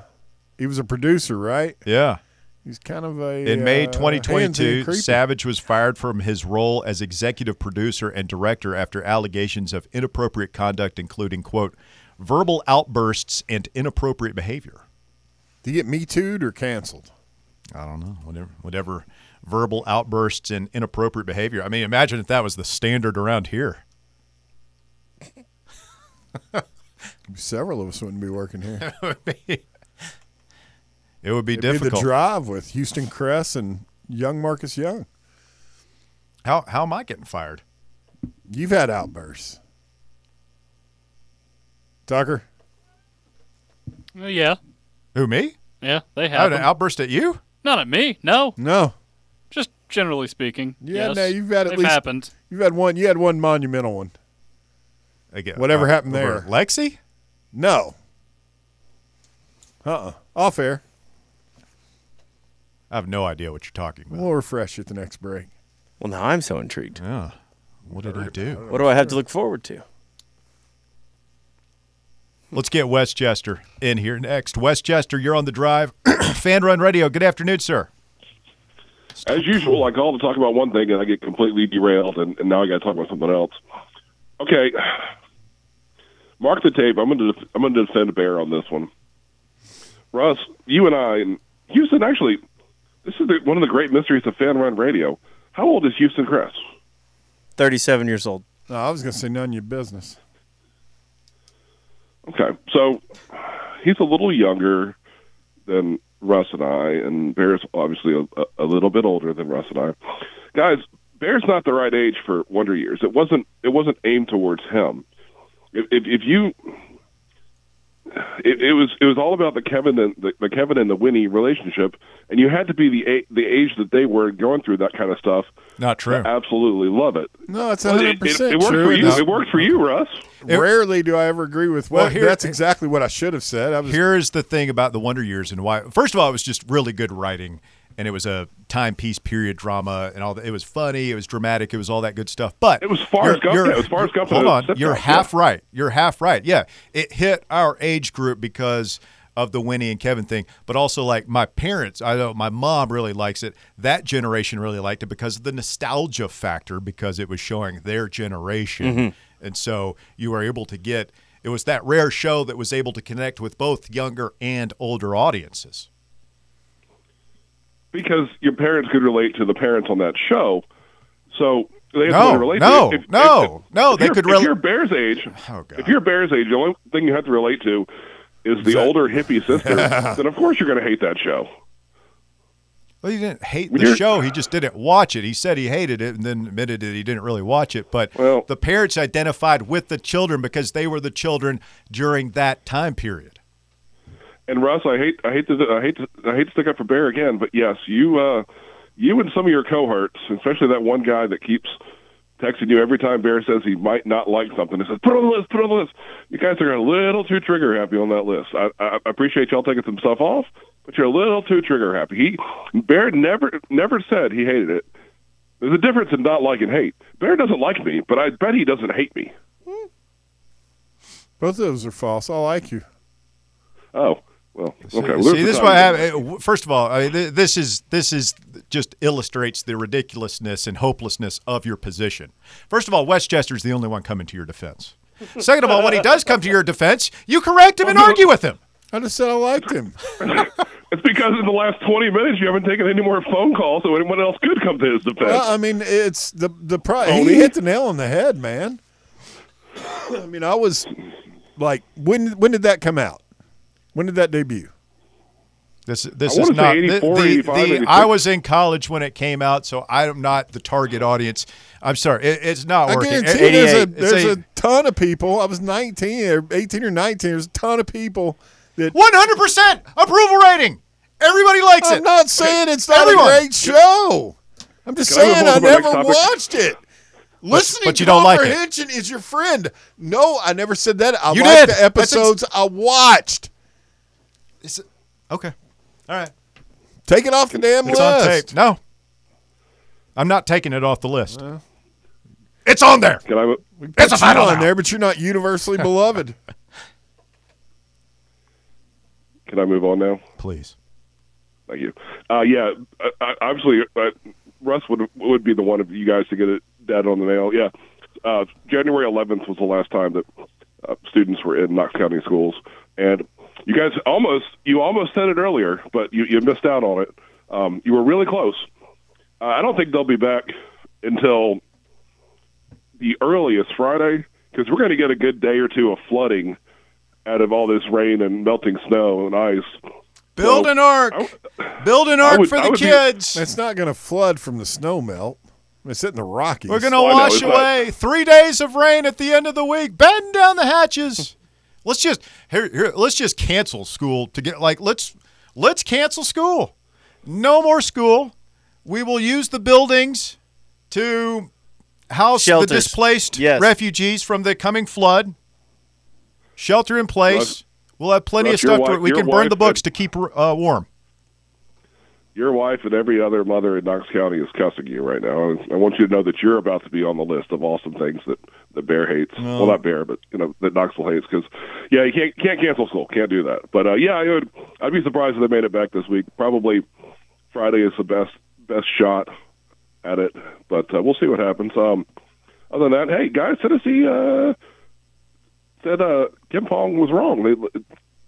S5: he was a producer, right?
S2: Yeah.
S5: He's kind of a.
S2: In May
S5: uh, handsy
S2: 2022,
S5: creeper.
S2: Savage was fired from his role as executive producer and director after allegations of inappropriate conduct, including, quote, verbal outbursts and inappropriate behavior.
S5: Did he get Me Too'd or canceled?
S2: I don't know, whatever, whatever verbal outbursts and inappropriate behavior. I mean, imagine if that was the standard around here.
S5: Several of us wouldn't be working here.
S2: It would be
S5: It'd be the
S2: difficult.
S5: drive with Houston Cress and young Marcus Young.
S2: how, how am I getting fired?
S5: You've had outbursts. Tucker?
S3: Uh, yeah,
S2: Who, me?
S3: yeah. They
S2: I
S3: have.
S2: had an
S3: them.
S2: outburst at you?
S3: Not at me. No,
S5: No.
S3: just generally speaking.
S5: Yeah,
S3: yes.
S5: no, you've had at
S3: They've
S5: least-
S3: happened.
S5: You've had one. You had one monumental one.
S2: Again,
S5: Whatever happened
S2: over
S5: there.
S2: Lexi?
S5: No. Uh uh Off air.
S2: I have no idea what you're talking about.
S5: We'll refresh at the next break.
S4: Well, now I'm so intrigued.
S2: Yeah. What did I do?
S4: What do I have to look forward to?
S2: Let's get Westchester in here next. Westchester, you're on the drive. Fan Run Radio. Good afternoon, sir.
S8: As usual, I call to talk about one thing and I get completely derailed, and, and now I got to talk about something else. Okay, mark the tape. I'm going to I'm going to defend Bear on this one. Russ, you and I and Houston actually, this is the, one of the great mysteries of fan run radio. How old is Houston Cress?
S4: 37 years old.
S5: No, I was going to say none of your business.
S8: Okay, so he's a little younger than Russ and I, and Bear's obviously a- a, a little bit older than Russ and I. Guys, Bear's not the right age for Wonder Years. It wasn't. It wasn't aimed towards him. If, if, if you, it, it was. It was all about the Kevin and the, the Kevin and the Winnie relationship, and you had to be the a, the age that they were going through that kind of stuff.
S9: Not true.
S8: Absolutely love it.
S5: No, it's
S8: Well, it,
S5: 100%
S8: it, it worked
S5: true.
S8: for you.
S5: It's-
S8: It worked for you, Russ.
S5: Rarely do I ever agree with what.
S9: Well, here-
S5: that's exactly what I should have said. I was
S9: Here is the thing about the Wonder Years and why. First of all, it was just really good writing, and it was a timepiece period drama, and all that. It was funny, it was dramatic, it was all that good stuff. But
S8: It was Forrest Gump, yeah, it was Forrest Gump
S9: Hold
S8: and a
S9: on,
S8: sitcom,
S9: you're
S8: yeah.
S9: half right. You're half right. Yeah, it hit our age group because of the Winnie and Kevin thing, but also like my parents. I know my mom really likes it. That generation really liked it because of the nostalgia factor, because it was showing their generation, and so you were able to get. It was that rare show that was able to connect with both younger and older audiences.
S8: because your parents could relate to the parents on that show, so they have
S9: No,
S8: to relate.
S9: no,
S8: to it. If- if-
S9: no,
S8: if-
S9: no,
S8: if
S9: they
S8: you're-
S9: could
S8: If
S9: rel-
S8: you're Bear's age,
S9: Oh, God.
S8: if you're Bear's age, the only thing you have to relate to is the older hippie sister. then of course you're going to hate that show.
S9: Well, he didn't hate
S8: When
S9: the
S8: you're-
S9: show. He just didn't watch it. He said he hated it and then admitted that he didn't really watch it. But
S8: Well-
S9: the parents identified with the children because they were the children during that time period.
S8: And Russ, I hate, I hate to, I hate to, I hate to stick up for Bear again, but yes, you, uh, you and some of your cohorts, especially that one guy that keeps texting you every time Bear says he might not like something. He says, "Put it on the list, put it on the list." You guys are a little too trigger happy on that list. I, I I appreciate y'all taking some stuff off, but you're a little too trigger happy. He Bear never, never said he hated it. There's a difference in not liking hate. Bear doesn't like me, but I bet he doesn't hate me.
S5: both of those are false. I like you.
S8: Oh, well, okay.
S9: See,
S8: Lose the
S9: this is
S8: time.
S9: what happened. Uh, First of all, I mean, th- this is this is just illustrates the ridiculousness and hopelessness of your position. First of all, Westchester's the only one coming to your defense. Second of all, when he does come to your defense, you correct him and argue with him.
S5: I just said I liked him.
S8: It's because in the last 20 minutes you haven't taken any more phone calls, so anyone else could come to his defense.
S5: Well, um, I mean, it's the the pro- he
S8: Tony?
S5: hit the nail on the head, man. I mean, I was like, when when did that come out? When did that debut?
S9: This this
S8: I
S9: is
S8: wanna say
S9: not the,
S8: 84,
S9: the-
S8: 85,
S9: the-
S8: 86.
S9: I was in college when it came out, so I'm not the target audience. I'm sorry, it, it's not
S5: I
S9: working.
S5: guarantee
S9: It-
S5: there's a
S9: 88. It's
S5: there's
S9: a-
S5: a ton of people. I was 19 or 18 or 19. There's a ton of people that
S9: 100% approval rating. Everybody likes
S5: I'm
S9: it.
S5: not saying it's not
S9: Everyone.
S5: a great show. I'm just
S8: Can I move
S5: saying
S8: on
S5: I
S8: to my next
S5: never
S8: topic?
S5: watched it. Listening
S9: but you don't like it.
S5: comprehension is your friend. No, I never said that. I
S9: You
S5: like
S9: did. That's
S5: the
S9: ex-
S5: episodes I watched.
S9: It's- okay. All right.
S5: Take it off the damn
S9: It's
S5: list.
S9: on tape. No. I'm not taking it off the list. it's on there.
S8: Can I?
S9: It's a
S5: It's
S9: final
S5: on
S9: now.
S5: there, but you're not universally beloved.
S8: Can I move on now?
S9: Please.
S8: Thank you. Uh, yeah, I, I, obviously, uh, Russ would would be the one of you guys to get it dead on the nail. Yeah, uh, January 11th was the last time that uh, students were in Knox County schools, and you guys almost you almost said it earlier, but you, you missed out on it. Um, you were really close. Uh, I don't think they'll be back until the earliest Friday because we're going to get a good day or two of flooding out of all this rain and melting snow and ice.
S9: Build
S8: Well,
S9: an ark. Build an ark
S8: would-
S9: for
S8: I
S9: the
S8: would be-
S9: kids.
S5: it's not going to flood from the snow melt. It's hitting the Rockies.
S9: We're going to
S8: Well, I know,
S9: wash
S8: it's not-
S9: away three days of rain at the end of the week. Batten down the hatches. let's just here, here. Let's just cancel school to get like let's let's cancel school. No more school. We will use the buildings to house
S4: Shelters.
S9: the displaced
S4: Yes.
S9: refugees from the coming flood. Shelter in place.
S8: Russ-
S9: we'll have plenty
S8: Russ,
S9: of
S8: your
S9: stuff. to,
S8: wife-
S9: we
S8: your
S9: can burn
S8: wife
S9: the books
S8: said-
S9: to keep uh, warm.
S8: Your wife and every other mother in Knox County is cussing you right now. And I want you to know that you're about to be on the list of awesome things that the bear hates. Well, not bear, but you know that Knoxville hates. Because yeah, you can't can't cancel school. Can't do that. But uh, yeah, I would. I'd be surprised if they made it back this week. Probably Friday is the best best shot at it. But uh, we'll see what happens. Um, other than that, hey guys, Tennessee uh, said uh, Kim Pong was wrong. They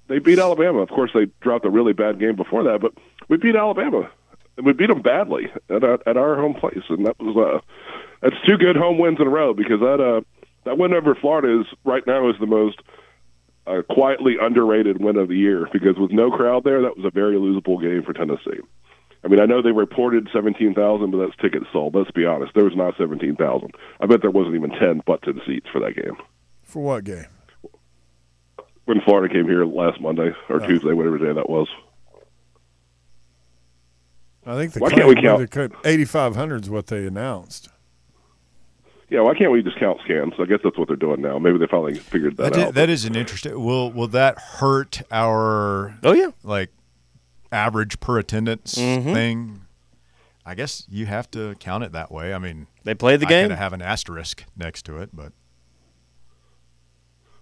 S8: they beat Alabama. Of course, they dropped a really bad game before that, but we beat Alabama. We beat them badly at our, at our home place, and that was uh, that's two good home wins in a row because that uh, that win over Florida is right now is the most uh, quietly underrated win of the year because with no crowd there, that was a very losable game for Tennessee. I mean, I know they reported 17,000, but that's tickets sold. Let's be honest. There was not 17,000. I bet there wasn't even 10 butts in seats for that game.
S5: For what game?
S8: When Florida came here last Monday or Tuesday, whatever day that was.
S5: I think the
S8: Why can't we count?
S5: Eighty five hundred is what they announced.
S8: Yeah, why can't we just count scans? I guess that's what they're doing now. Maybe they finally figured that,
S2: That is,
S8: out.
S2: that is an interesting. Will will that hurt our
S4: Oh yeah.
S2: like average per attendance
S4: Mm-hmm.
S2: thing? I guess you have to count it that way. I mean,
S4: They played the
S2: I
S4: game.
S2: could have an asterisk next to it, but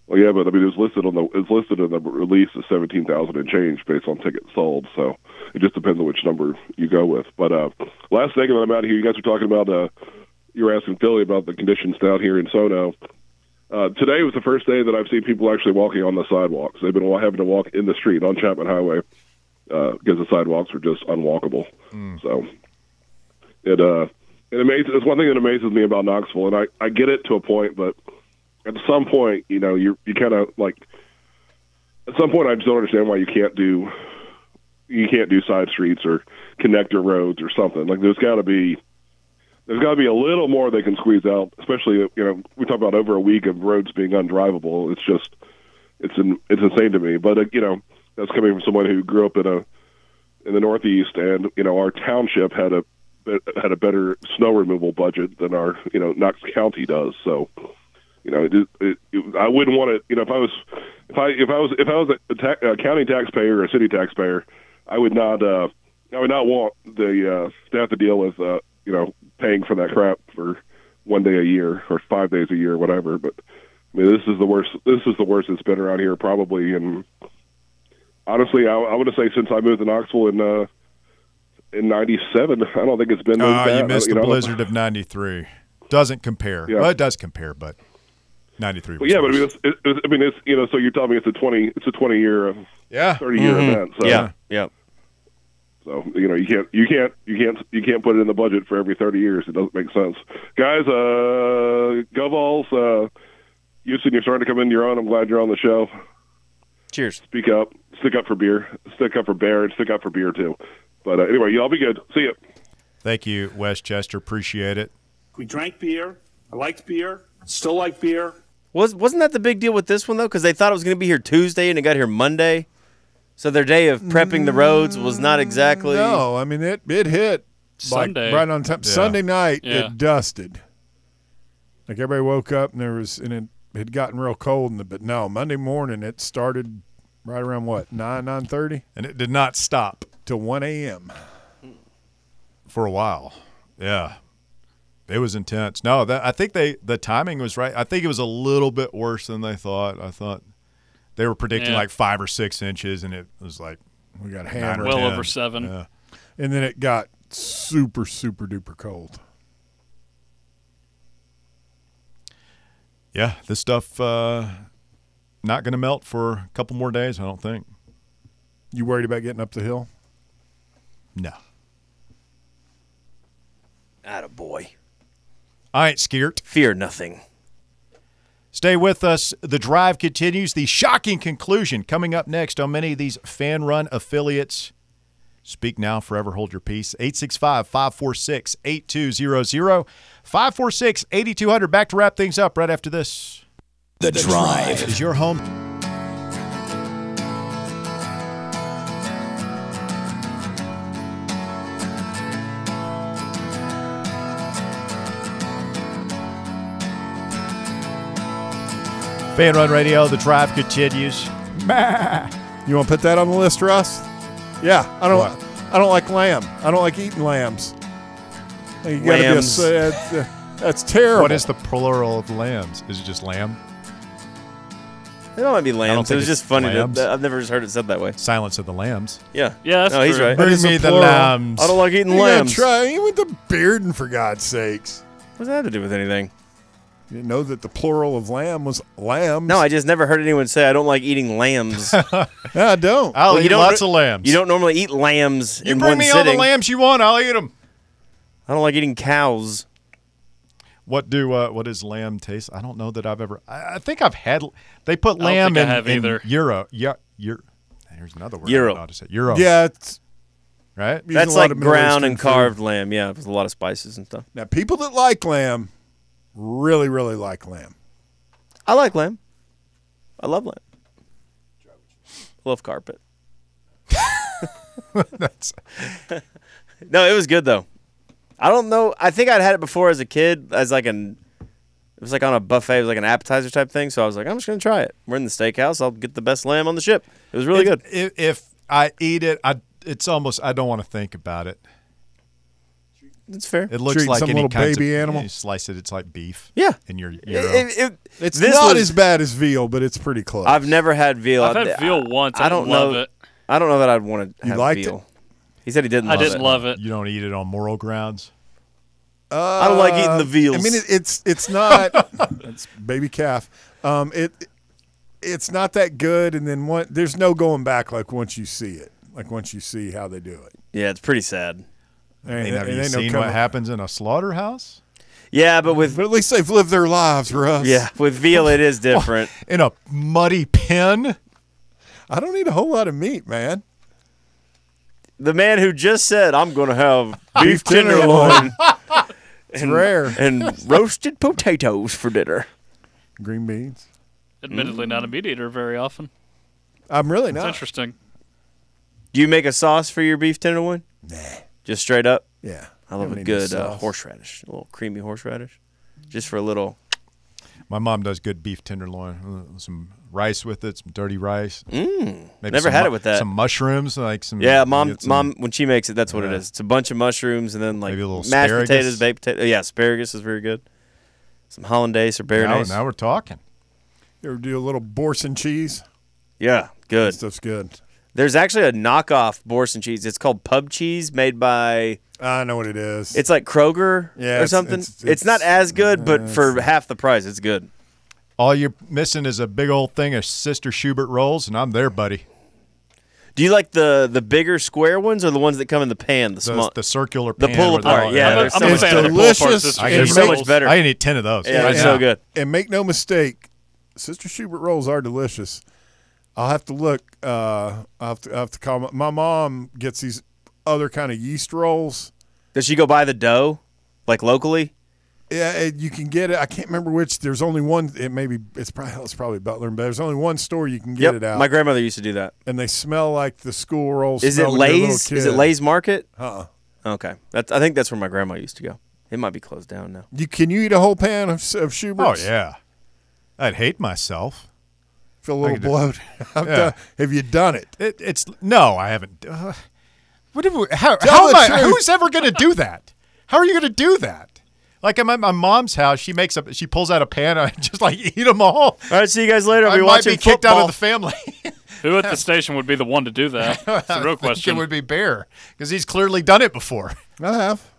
S8: well, Oh, yeah, but I mean, it was listed on the it's listed in the release as 17,000 and change based on tickets sold. So it just depends on which number you go with. But uh, last segment, I'm out of here. You guys were talking about uh, you were asking Philly about the conditions down here in Sono. Uh, today was the first day that I've seen people actually walking on the sidewalks. They've been wa- having to walk in the street on Chapman Highway uh, because the sidewalks were just unwalkable. So it uh, it amazes. It's one thing that amazes me about Knoxville, and I, I get it to a point, but at some point, you know, you you kind of like at some point, I just don't understand why you can't do you can't do side streets or connector roads or something. Like there's got to be there's got to be a little more they can squeeze out, especially you know we talk about over a week of roads being undrivable. It's just it's in, it's insane to me. But uh, you know that's coming from someone who grew up in a in the Northeast, and you know our township had a had a better snow removal budget than our you know Knox County does. So you know it, it, it, I wouldn't want to you know if I was if I if I was if I was a, ta- a county taxpayer or a city taxpayer, I would not uh, I would not want the uh, to have to deal with uh, you know paying for that crap for one day a year or five days a year, whatever. But I mean, this is the worst. This is the worst it's been around here probably. And honestly, I, I would say since I moved to Knoxville in uh, in '97, I don't think it's been. this
S2: Ah,
S8: bad.
S2: you missed
S8: know,
S2: the blizzard of '93. Doesn't compare.
S8: Yeah.
S2: Well, it does compare, but '93.
S8: But yeah, but I mean, it's, it, it, I mean, it's you know, so you're telling me it's a twenty, it's a twenty year, uh,
S2: yeah,
S8: thirty year event. So,
S4: Yeah. Yeah.
S8: So you know, you can't, you can't, you can't, you can't put it in the budget for every thirty years. It doesn't make sense, guys. Uh, Govals, uh, Houston, you're starting to come into your own. I'm glad you're on the show.
S4: Cheers.
S8: Speak up, stick up for beer, stick up for bear, and stick up for beer too. But uh, anyway, y'all be good. See ya.
S2: Thank you, Westchester. Appreciate it.
S10: We drank beer. I liked beer. Still like beer.
S4: Was wasn't that the big deal with this one though? Because they thought it was going to be here Tuesday and it got here Monday, so their day of prepping the roads was not exactly.
S5: Mm, No, I mean it. It hit like,
S3: Sunday.
S5: right on time. Sunday night,
S3: Yeah.
S5: it dusted. Like everybody woke up and there was, and it had gotten real cold. And the, but no, Monday morning it started right around what nine nine thirty
S2: And it did not stop
S5: to one a.m.
S2: for a while. Yeah, it was intense. No, that I think they the timing was right. I think it was a little bit worse than they thought. I thought they were predicting
S3: Yeah.
S2: like five or six inches, and it was like
S5: We got
S2: nine or
S5: hammered,
S3: Well
S2: 10.
S3: over seven.
S2: Yeah.
S5: and then it got super super duper cold.
S2: Yeah, this stuff uh, not going to melt for a couple more days. I don't think.
S5: You worried about getting up the hill?
S2: No,
S4: Attaboy. boy.
S2: I ain't scared.
S4: Fear nothing.
S2: Stay with us. The drive continues. The shocking conclusion coming up next on many of these fan run affiliates. Speak now, forever hold your peace. 865 546 8200. 546 8200. Back to wrap things up right after this.
S1: The Drive.
S2: Is your home? Fan Run Radio, the drive continues.
S5: You want to put that on the list, Russ? Yeah, I don't. I don't like lamb. I don't like eating lambs. You gotta be a
S4: Lambs.
S5: s- uh, uh, that's terrible.
S2: What is the plural of lambs? Is it just lamb?
S4: It might be lambs. It
S2: think
S4: was
S2: it's
S4: just funny. To,
S2: lambs.
S4: I've never just heard it said that way.
S2: Silence of the Lambs.
S4: Yeah.
S3: Yeah, that's
S4: no, he's
S3: true.
S4: right.
S5: That is a plural.
S4: I don't like eating
S5: You gotta
S4: lambs.
S5: try. He with the beard, and for God's sakes,
S4: What does that have to do with anything?
S5: you didn't know that the plural of lamb was lambs.
S4: No, I just never heard anyone say I don't like eating lambs.
S5: No, I don't.
S2: I'll
S4: Well, you
S2: eat
S4: don't
S2: lots
S4: re-
S2: of lambs.
S4: you don't normally eat lambs
S2: You
S4: in
S2: bring
S4: one
S2: me all
S4: sitting.
S2: the lambs you want. I'll eat them.
S4: I don't like eating cows.
S2: What do uh, what is lamb taste? I don't know that I've ever. I, I think I've had. They put
S3: don't
S2: lamb
S3: think I
S2: in,
S3: have
S2: in
S3: either.
S2: Euro. Yeah, Euro. Here's another word.
S4: Euro.
S2: I don't know how to say Euro.
S5: yeah, it's,
S2: Right.
S5: Using
S4: That's
S5: a lot
S4: like
S5: of Middle
S4: ground
S5: Eastern
S4: and
S5: food.
S4: carved lamb. Yeah, with a lot of spices and stuff.
S5: now people that like lamb really, really like lamb.
S4: I like lamb. I love lamb. Love carpet.
S2: That's
S4: No, it was good though. I don't know. I think I'd had it before as a kid, as like an. It was like on a buffet. It was like an appetizer type thing. So I was like, I'm just gonna try it. We're in the steakhouse. I'll get the best lamb on the ship. It was really
S2: if,
S4: good.
S2: If, if I eat it, I it's almost I don't want to think about it.
S4: It's fair.
S2: It looks
S5: Treating
S2: like
S5: some
S2: any
S5: little
S2: kinds
S5: baby
S2: of,
S5: animal.
S2: You slice it, it's like beef.
S4: Yeah.
S2: And your
S4: It-
S2: Euro.
S4: it- it-
S5: It's
S4: this
S5: not
S4: was-
S5: as bad as veal, but it's pretty close.
S4: I've never had veal.
S3: I've
S4: I-
S3: had veal once. I,
S4: don't
S3: don't love
S4: know.
S3: it.
S4: I don't know that I'd want to
S5: You
S4: have
S5: liked it?
S4: veal. He said he didn't.
S3: I
S4: love
S3: didn't
S4: it.
S3: love it.
S2: you don't eat it on moral grounds.
S4: I don't like eating the veals.
S5: Uh, Um, I mean, it, it's it's not it's baby calf. Um, it it's not that good, and then one, there's no going back. Like once you see it, like once you see how they do it.
S4: yeah, it's pretty sad.
S5: There
S2: Ain't,
S5: ain't-
S2: have
S5: there
S2: you
S5: ain't no
S2: seen
S5: coming-
S2: what happens in a slaughterhouse?
S4: Yeah, but with
S5: But at least they've lived their lives, Russ.
S4: yeah with veal it is different.
S2: In a muddy pen?
S5: I don't need a whole lot of meat, man.
S4: the man who just said I'm going to have beef tenderloin
S5: tenderloin."
S4: and,
S5: rare.
S4: and roasted potatoes for dinner.
S5: Green beans.
S3: Admittedly, not a meat eater very often.
S5: I'm really
S3: It's
S5: not.
S3: interesting.
S4: Do you make a sauce for your beef tenderloin? Nah. Just straight up.
S5: Yeah,
S4: I love
S5: don't
S4: a
S5: need
S4: good uh,
S5: sauce.
S4: horseradish, a little creamy horseradish, just for a little.
S2: My mom does good beef tenderloin. uh, Some rice with it, some dirty rice. Mm, Maybe
S4: never
S2: some
S4: had
S2: mu-
S4: it with that.
S2: Some mushrooms, like some.
S4: Yeah, mom,
S2: get some-
S4: mom, when she makes it, that's what it is. It's a bunch of mushrooms and then like
S2: Maybe a little
S4: mashed
S2: asparagus?
S4: potatoes, baked potatoes. Yeah, asparagus is very good. Some hollandaise or
S2: Now,
S4: béarnaise.
S2: now we're talking.
S5: You ever do a little boursin cheese?
S4: yeah, good.
S5: Stuff's good.
S4: There's actually a knockoff Borson cheese. It's called Pub Cheese, made by
S5: I know what it is.
S4: It's like Kroger
S5: Yeah,
S4: or
S5: it's-
S4: something. It's,
S5: it's-
S4: not
S5: it's-
S4: as good, but for half the price, it's good.
S2: All you're missing is a big old thing of Sister Schubert rolls, and I'm there, buddy.
S4: Do you like the the bigger square ones or the ones that come in the pan? The
S2: The,
S4: small.
S2: the circular
S4: The
S2: pan
S4: pull
S2: with
S4: apart,
S2: all-
S4: yeah,
S3: I'm, a-
S4: there's
S3: I'm a
S5: it's
S3: fan of the pull apart
S5: delicious.
S3: sister
S2: I can
S5: It
S4: They're
S2: eat
S5: makes-
S4: so much better.
S2: I can eat ten of those.
S4: Yeah,
S2: right
S4: it's
S2: now.
S4: so good.
S5: And make no mistake, Sister Schubert rolls are delicious. I'll have to look. Uh, I have to, I have to call my, my mom gets these other kind of yeast rolls.
S4: Does she go buy the dough, like locally?
S5: Yeah, and you can get it. I can't remember which. There's only one. It maybe it's probably it's probably Butler, but there's only one store you can get
S4: yep.
S5: it out.
S4: My grandmother used to do that.
S5: and they smell like the school rolls.
S4: Is it
S5: smell Oh, when you're a little
S4: Lay's? Is it
S5: kid. Uh-uh.
S4: Lay's Market? Uh. uh Okay. That's. I think that's where my grandma used to go. It might be closed down now.
S5: You can you eat a whole pan of, of
S2: Oh
S5: Schubert's?
S2: yeah, I'd hate myself.
S5: feel a little
S2: could do-
S5: bloated. I've
S2: Yeah.
S5: done- have you done it?
S2: It, it's no, I haven't. Uh, what do we, how,
S5: Tell
S2: how am
S5: the
S2: I,
S5: truth.
S2: who's ever going to do that? How are you going to do that? Like at my, my mom's house, she makes up, she pulls out a pan and I just like eat them all.
S4: All right. See you guys later. I'll
S2: I
S4: be
S2: might
S4: watching
S2: be kicked out
S4: football.
S2: of the family.
S3: Who at the station would be the one to do that? That's the real
S2: it
S3: question.
S2: would be Bear because he's clearly done it before.
S5: I have.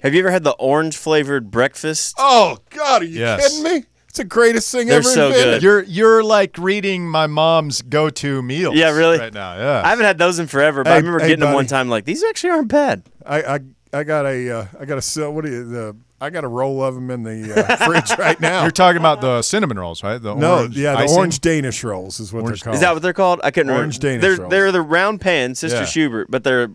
S4: Have you ever had the orange flavored breakfast?
S5: Oh God, are you
S2: Yes.
S5: kidding me? It's the greatest thing
S4: They're
S5: ever
S4: so
S5: invented.
S4: good.
S2: You're you're like reading my mom's go-to meals.
S4: Yeah, really?
S2: Right now, yeah.
S4: I haven't had those in forever, but I
S5: Hey-
S4: remember
S5: hey,
S4: getting them one
S5: buddy.
S4: time. Like these actually aren't bad.
S5: I, I I got a uh, I got a sil- what do you the I got a roll of them in the uh, fridge right now.
S2: you're talking about the cinnamon rolls, right? The
S5: no,
S2: orange
S5: yeah, the
S2: icing?
S5: orange Danish rolls is what they're called.
S4: Is that what they're called? I couldn't
S5: Oh. Orange
S4: remember.
S5: Danish
S4: they're
S5: rolls.
S4: they're the round pan Sister
S2: Yeah.
S4: Schubert, but they're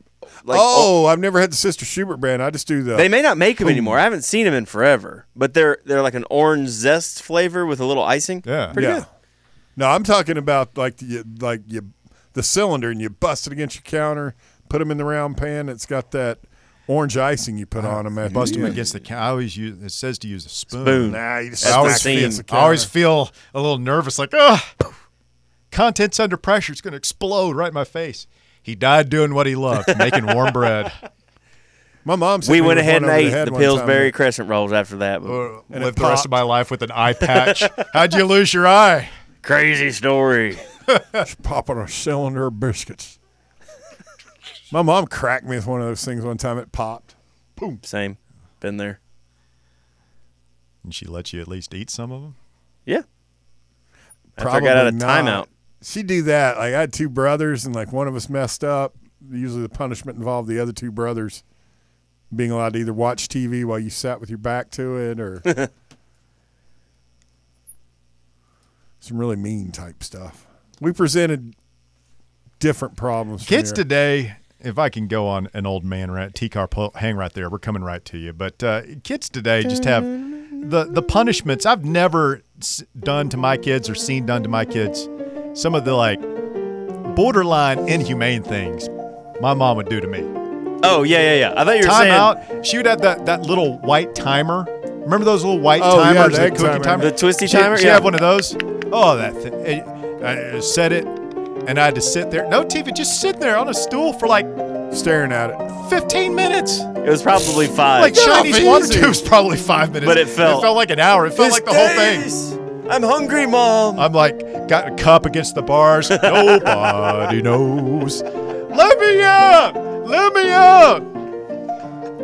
S4: like oh,
S5: oh, I've never had the Sister Schubert brand. I just do the.
S4: they may not make them anymore. I haven't seen them in forever, but they're they're like an orange zest flavor with a little icing.
S2: Yeah.
S4: pretty
S5: yeah.
S4: good.
S5: No, I'm talking about like the like you the cylinder and you bust it against your counter, put them in the round pan. It's got that orange icing you put
S4: Uh,
S5: on 'em on them.
S2: Bust them against the. Ca- I always use. It says to use a spoon.
S4: Boom.
S5: Nah, you just
S4: That's
S5: smack
S4: the
S5: it
S4: scene.
S5: against the
S2: I always
S5: counter.
S2: feel a little nervous, like, ugh, content's under pressure. It's going to explode right in my face. He died doing what he loved, making warm bread.
S5: My mom. hit
S4: We
S5: me
S4: went
S5: with
S4: ahead and
S5: one over
S4: ate
S5: head
S4: the
S5: one time.
S4: Pillsbury Crescent rolls after that. but-
S2: Lived the rest of my life with an eye patch. How'd you lose your eye?
S4: Crazy story.
S5: popping a cylinder of biscuits. My mom cracked me with one of those things one time. It popped.
S4: Same. Been there.
S9: And she lets you at least eat some of them?
S4: Yeah. After I got out of timeout.
S5: not. She do that. Like I had two brothers, and like one of us messed up. Usually, the punishment involved the other two brothers being allowed to either watch TV while you sat with your back to it, or some really mean type stuff. We presented different problems. from
S9: Kids
S5: here.
S9: today, if I can go on an old man rant, T car, pull, hang right there. We're coming right to you. But uh, kids today just have the the punishments I've never s- done to my kids or seen done to my kids. Some of the like borderline inhumane things my mom would do to me.
S4: Oh yeah, yeah, yeah. I thought you were
S9: Time
S4: saying
S9: out. She would have that, that little white timer. Remember those little white
S5: Oh, yeah,
S9: timers?
S5: the
S9: that
S5: egg
S9: cooking
S5: timer.
S4: The twisty
S9: she,
S4: timer,
S9: She
S4: yeah.
S9: had one of those. Oh, that thing. I, I set it, and I had to sit there. No TV, just sit there on a stool for like
S5: staring at it.
S9: 15 minutes.
S4: it was probably five.
S9: like
S5: off
S9: Chinese
S5: easy.
S9: water tube's probably five minutes.
S4: But it felt-
S9: It felt like an hour. It felt like the whole thing. Uh,
S4: thing. I'm hungry, mom.
S9: I'm like, got a cup against the bars. Nobody knows. Let me up! Let me up!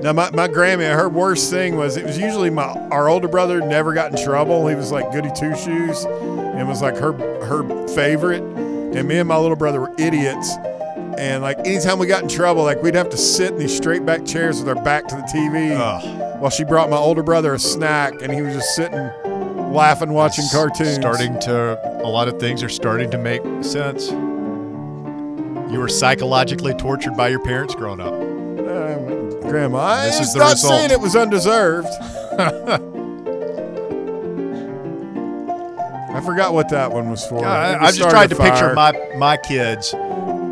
S5: Now, my, my Grammy, her worst thing was it was usually my our older brother never got in trouble. He was like goody two shoes, and was like her her favorite. And me and my little brother were idiots. And like anytime we got in trouble, like we'd have to sit in these straight back chairs with our back to the TV, while she brought my older brother a snack, and he was just sitting, laughing, watching cartoons.
S9: Starting to, a lot of things are starting to make sense. You were psychologically tortured by your parents growing up.
S5: Um, Grandma, I
S9: This is
S5: was
S9: the
S5: not
S9: result.
S5: saying it was undeserved. I forgot what that one was for.
S9: I,
S5: It
S9: I've just
S5: started
S9: tried
S5: a
S9: to picture
S5: fire.
S9: my my kids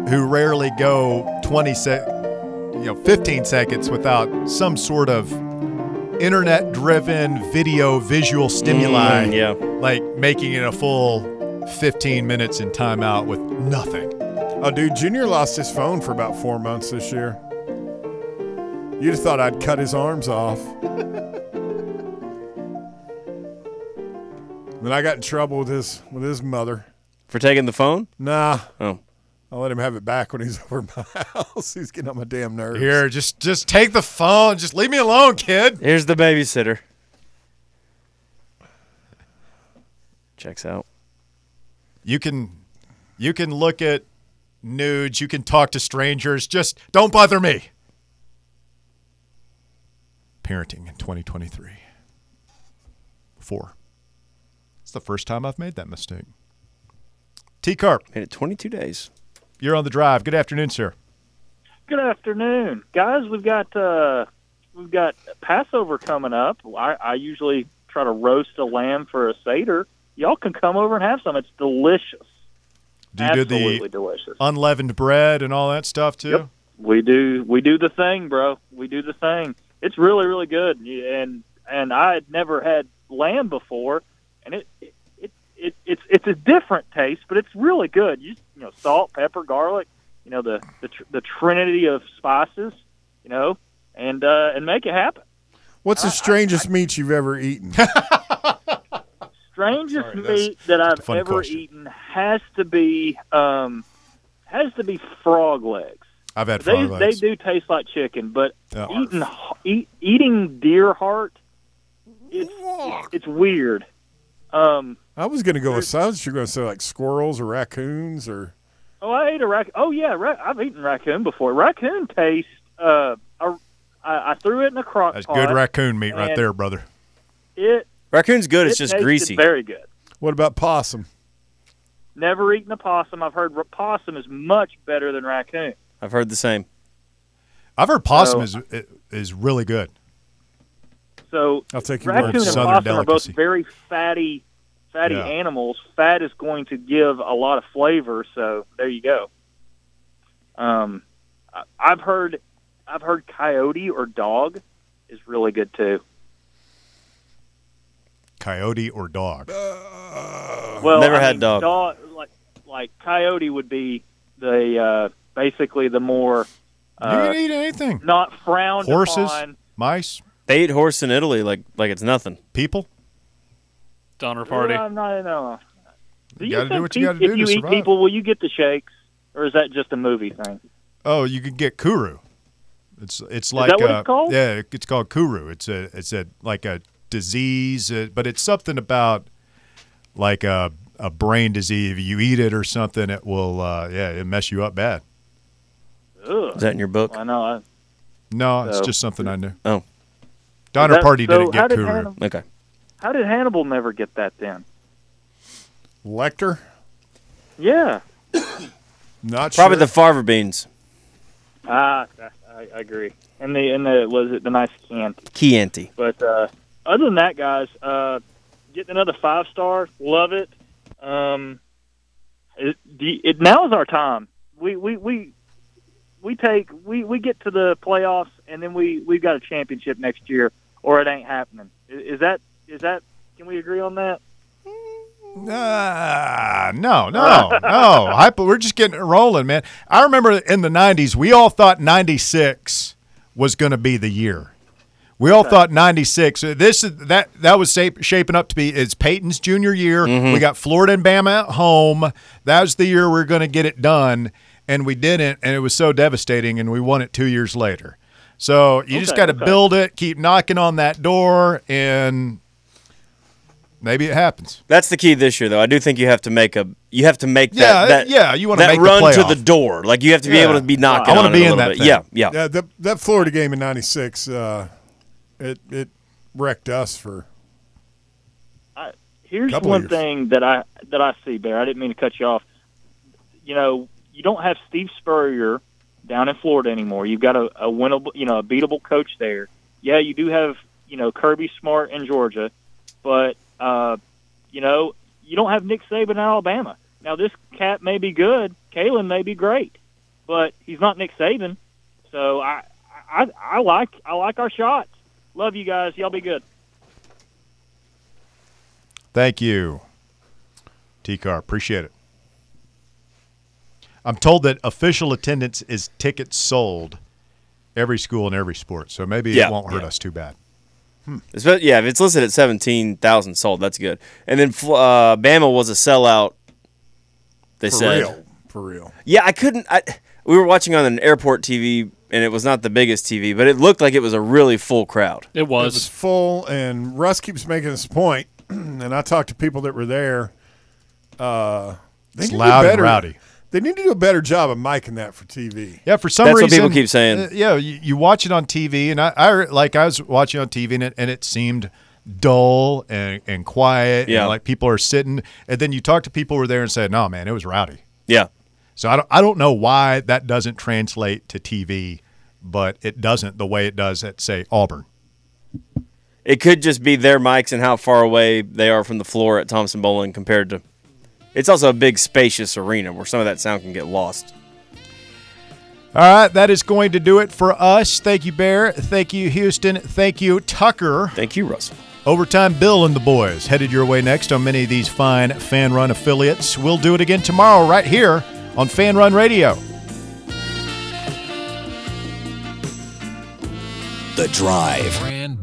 S9: who rarely go 20 sec, you know, 15 seconds without some sort of internet-driven video visual stimuli.
S4: Mm, yeah.
S9: like making it a full 15 minutes in timeout with nothing.
S5: Oh, dude, Junior lost his phone for about four months this year. You'd have thought I'd cut his arms off. then I got in trouble with his with his mother.
S4: For taking the phone?
S5: Nah,
S4: Oh.
S5: I'll let him have it back when he's over my house. he's getting on my damn nerves.
S9: Here, just just take the phone. Just leave me alone, kid.
S4: Here's the babysitter. Checks out.
S9: You can you can look at nudes, you can talk to strangers, just don't bother me. Parenting in 2023. 4. It's the first time I've made that mistake. T Carp,
S4: Made it 22 days.
S9: you're on the drive. Good afternoon, sir.
S3: Good afternoon, guys. We've got uh, we've got Passover coming up. I, I usually try to roast a lamb for a seder. Y'all can come over and have some. It's delicious.
S9: Do you
S3: Absolutely
S9: do the
S3: delicious.
S9: unleavened bread and all that stuff too?
S3: Yep. We do we do the thing, bro. We do the thing. It's really really good. And and I had never had lamb before, and it it, it, it it's it's a different taste, but it's really good. You you know salt, pepper, garlic, you know the the, tr- the trinity of spices, you know, and uh, and make it happen.
S5: What's the strangest meat you've ever eaten?
S3: strangest
S9: Sorry, that's-
S3: meat that
S9: that's a
S3: I've
S9: fun
S3: ever
S9: question.
S3: eaten has to be um, has to be frog legs.
S9: I've had
S3: They
S9: frog legs.
S3: they do taste like chicken, but
S9: Yeah.
S3: eating eat, eating deer heart, it's it's weird. Um,
S5: I was gonna go with sounds. You're gonna say like squirrels or raccoons or
S3: oh, I ate a rac. Oh yeah, ra- I've eaten raccoon before. Raccoon taste. Uh, I, I I threw it in a crock
S9: That's
S3: pot.
S9: good raccoon meat right
S3: and-
S9: there, brother.
S3: It
S4: Raccoon's good. It's
S3: it
S4: just
S3: tasted
S4: greasy.
S3: Very good.
S5: what about possum?
S3: Never eaten a possum. I've heard ra- possum is much better than raccoon.
S4: I've heard the same.
S9: I've heard possum
S3: So-
S9: is is really good.
S3: So
S5: I'll take your word.
S3: raccoon and
S9: Southern
S3: possum are both
S9: delicacy.
S3: very fatty, fatty
S9: Yeah.
S3: animals. Fat is going to give a lot of flavor. So there you go. Um, I- I've heard, I've heard coyote or dog is really good too.
S9: Coyote or dog.
S3: Well,
S4: Never
S3: I
S4: had
S3: mean,
S4: dog.
S3: Like, like coyote would be the uh, basically the more
S9: you
S3: uh,
S9: can eat anything.
S3: not frowned
S9: Horses,
S3: upon.
S9: mice,
S4: They eat horse in Italy like like it's nothing.
S9: people.
S8: Donner party.
S3: Well, I'm not, no, Do you
S9: gotta do
S3: think
S9: what you gotta
S3: peop-
S9: do to
S3: If you eat
S9: survive.
S3: people, will you get the shakes, or is that just a movie thing?
S9: Oh, you could get kuru. It's it's like
S3: that what
S9: uh,
S3: it's called?
S9: yeah, it's called kuru. It's a it's a like a disease, uh, but it's something about like a a brain disease. If you eat it or something, it will uh, yeah, it mess you up bad.
S3: Ugh.
S4: Is that in your book?
S3: I know. I,
S9: No, it's
S3: So-
S9: just something I knew.
S4: Oh.
S9: Donner
S3: That-
S9: Party
S3: so
S9: didn't
S3: how
S9: get
S3: did
S9: kuru.
S3: Hannibal-
S4: Okay.
S3: How did Hannibal never get that then?
S5: Lecter?
S3: Yeah.
S9: Not
S4: Probably
S9: sure.
S4: the Farver beans.
S3: Ah, I, I agree. And the and the was it the nice can.
S4: Chianti.
S3: But uh, other than that, guys, uh, getting another five star, love it. Um, it, the- it now is our time. We we we we take we we get to the playoffs, and then we we've got a championship next year, or it ain't happening. I- Is, that is that? Can we agree on that?
S9: Nah, Uh, no, no, no. Hypo, we're just getting it rolling, man. I remember in the 90s, we all thought 96 was going to be the year. We all thought 96. uh, This is that that was shape, shaping up to be it's Peyton's junior year.
S3: Mm-hmm.
S9: We got Florida and Bama at home. That was the year we are going to get it done, and we didn't, and it was so devastating. And we won it two years later. So you just
S3: Okay,
S9: got to
S3: okay.
S9: build it, keep knocking on that door, and maybe it happens.
S4: That's the key this year, though. I do think you have to make a you have to make that
S9: Yeah,
S4: that-
S9: yeah, you wanna
S4: that
S9: make the
S4: run
S9: playoff.
S4: to the door. Like you have to be
S9: Yeah.
S4: able to be knocking.
S9: I wanna
S4: on
S9: be
S4: it a
S9: in
S4: little
S9: that
S4: bit.
S9: thing.
S4: Yeah, yeah,
S5: Yeah, that, that Florida game in 96, uh, it, it wrecked us for.
S3: Here's
S5: Couple
S3: one
S5: years.
S3: thing that I that I see, Bear. I didn't mean to cut you off. You know, you don't have Steve Spurrier down in Florida anymore. You've got a, a winnable, you know, a beatable coach there. Yeah, you do have you know Kirby Smart in Georgia, but uh, you know you don't have Nick Saban in Alabama. Now this cat may be good, Kalen may be great, but he's not Nick Saban. So I I, I like I like our shots. Love you guys. Y'all be good.
S9: Thank you, T Car. Appreciate it. I'm told that official attendance is tickets sold every school and every sport, so maybe
S4: Yeah,
S9: it won't hurt
S4: yeah.
S9: us too bad.
S4: Espe- yeah. If it's listed at seventeen thousand sold, that's good. And then Fl- uh, Bama was a sellout. They
S5: For
S4: said.
S5: real. For real.
S4: Yeah, I couldn't. I we were watching on an airport TV, and it was not the biggest TV, but it looked like it was a really full crowd.
S11: It
S5: It was
S11: was.
S5: full, and Russ keeps making this point, and I talked to people that were there. Uh, they
S9: It's
S5: need to do
S9: loud and
S5: better-
S9: rowdy.
S5: They need to do a better job of miking that for TV.
S9: Yeah, for some
S4: That's what
S9: reason,
S4: people keep saying.
S9: uh, yeah, you, you watch it on TV, and I, I re- like I was watching on TV, and it, and it seemed dull and, and quiet,
S4: Yeah.
S9: and like people are sitting, and then you talk to people who were there and said, "No, man, it was rowdy."
S4: Yeah,
S9: So I don't, I don't know why that doesn't translate to TV, but it doesn't the way it does at say Auburn.
S4: it could just be their mics and how far away they are from the floor at Thompson Bowling compared to. It's also a big, spacious arena where some of that sound can get lost.
S9: All right, that is going to do it for us. Thank you, Bear. Thank you, Houston. Thank you, Tucker.
S4: Thank you, Russell.
S9: Overtime Bill and the boys headed your way next on many of these fine fan run affiliates. We'll do it again tomorrow right here on Fan Run Radio.
S12: The Drive.
S13: Brand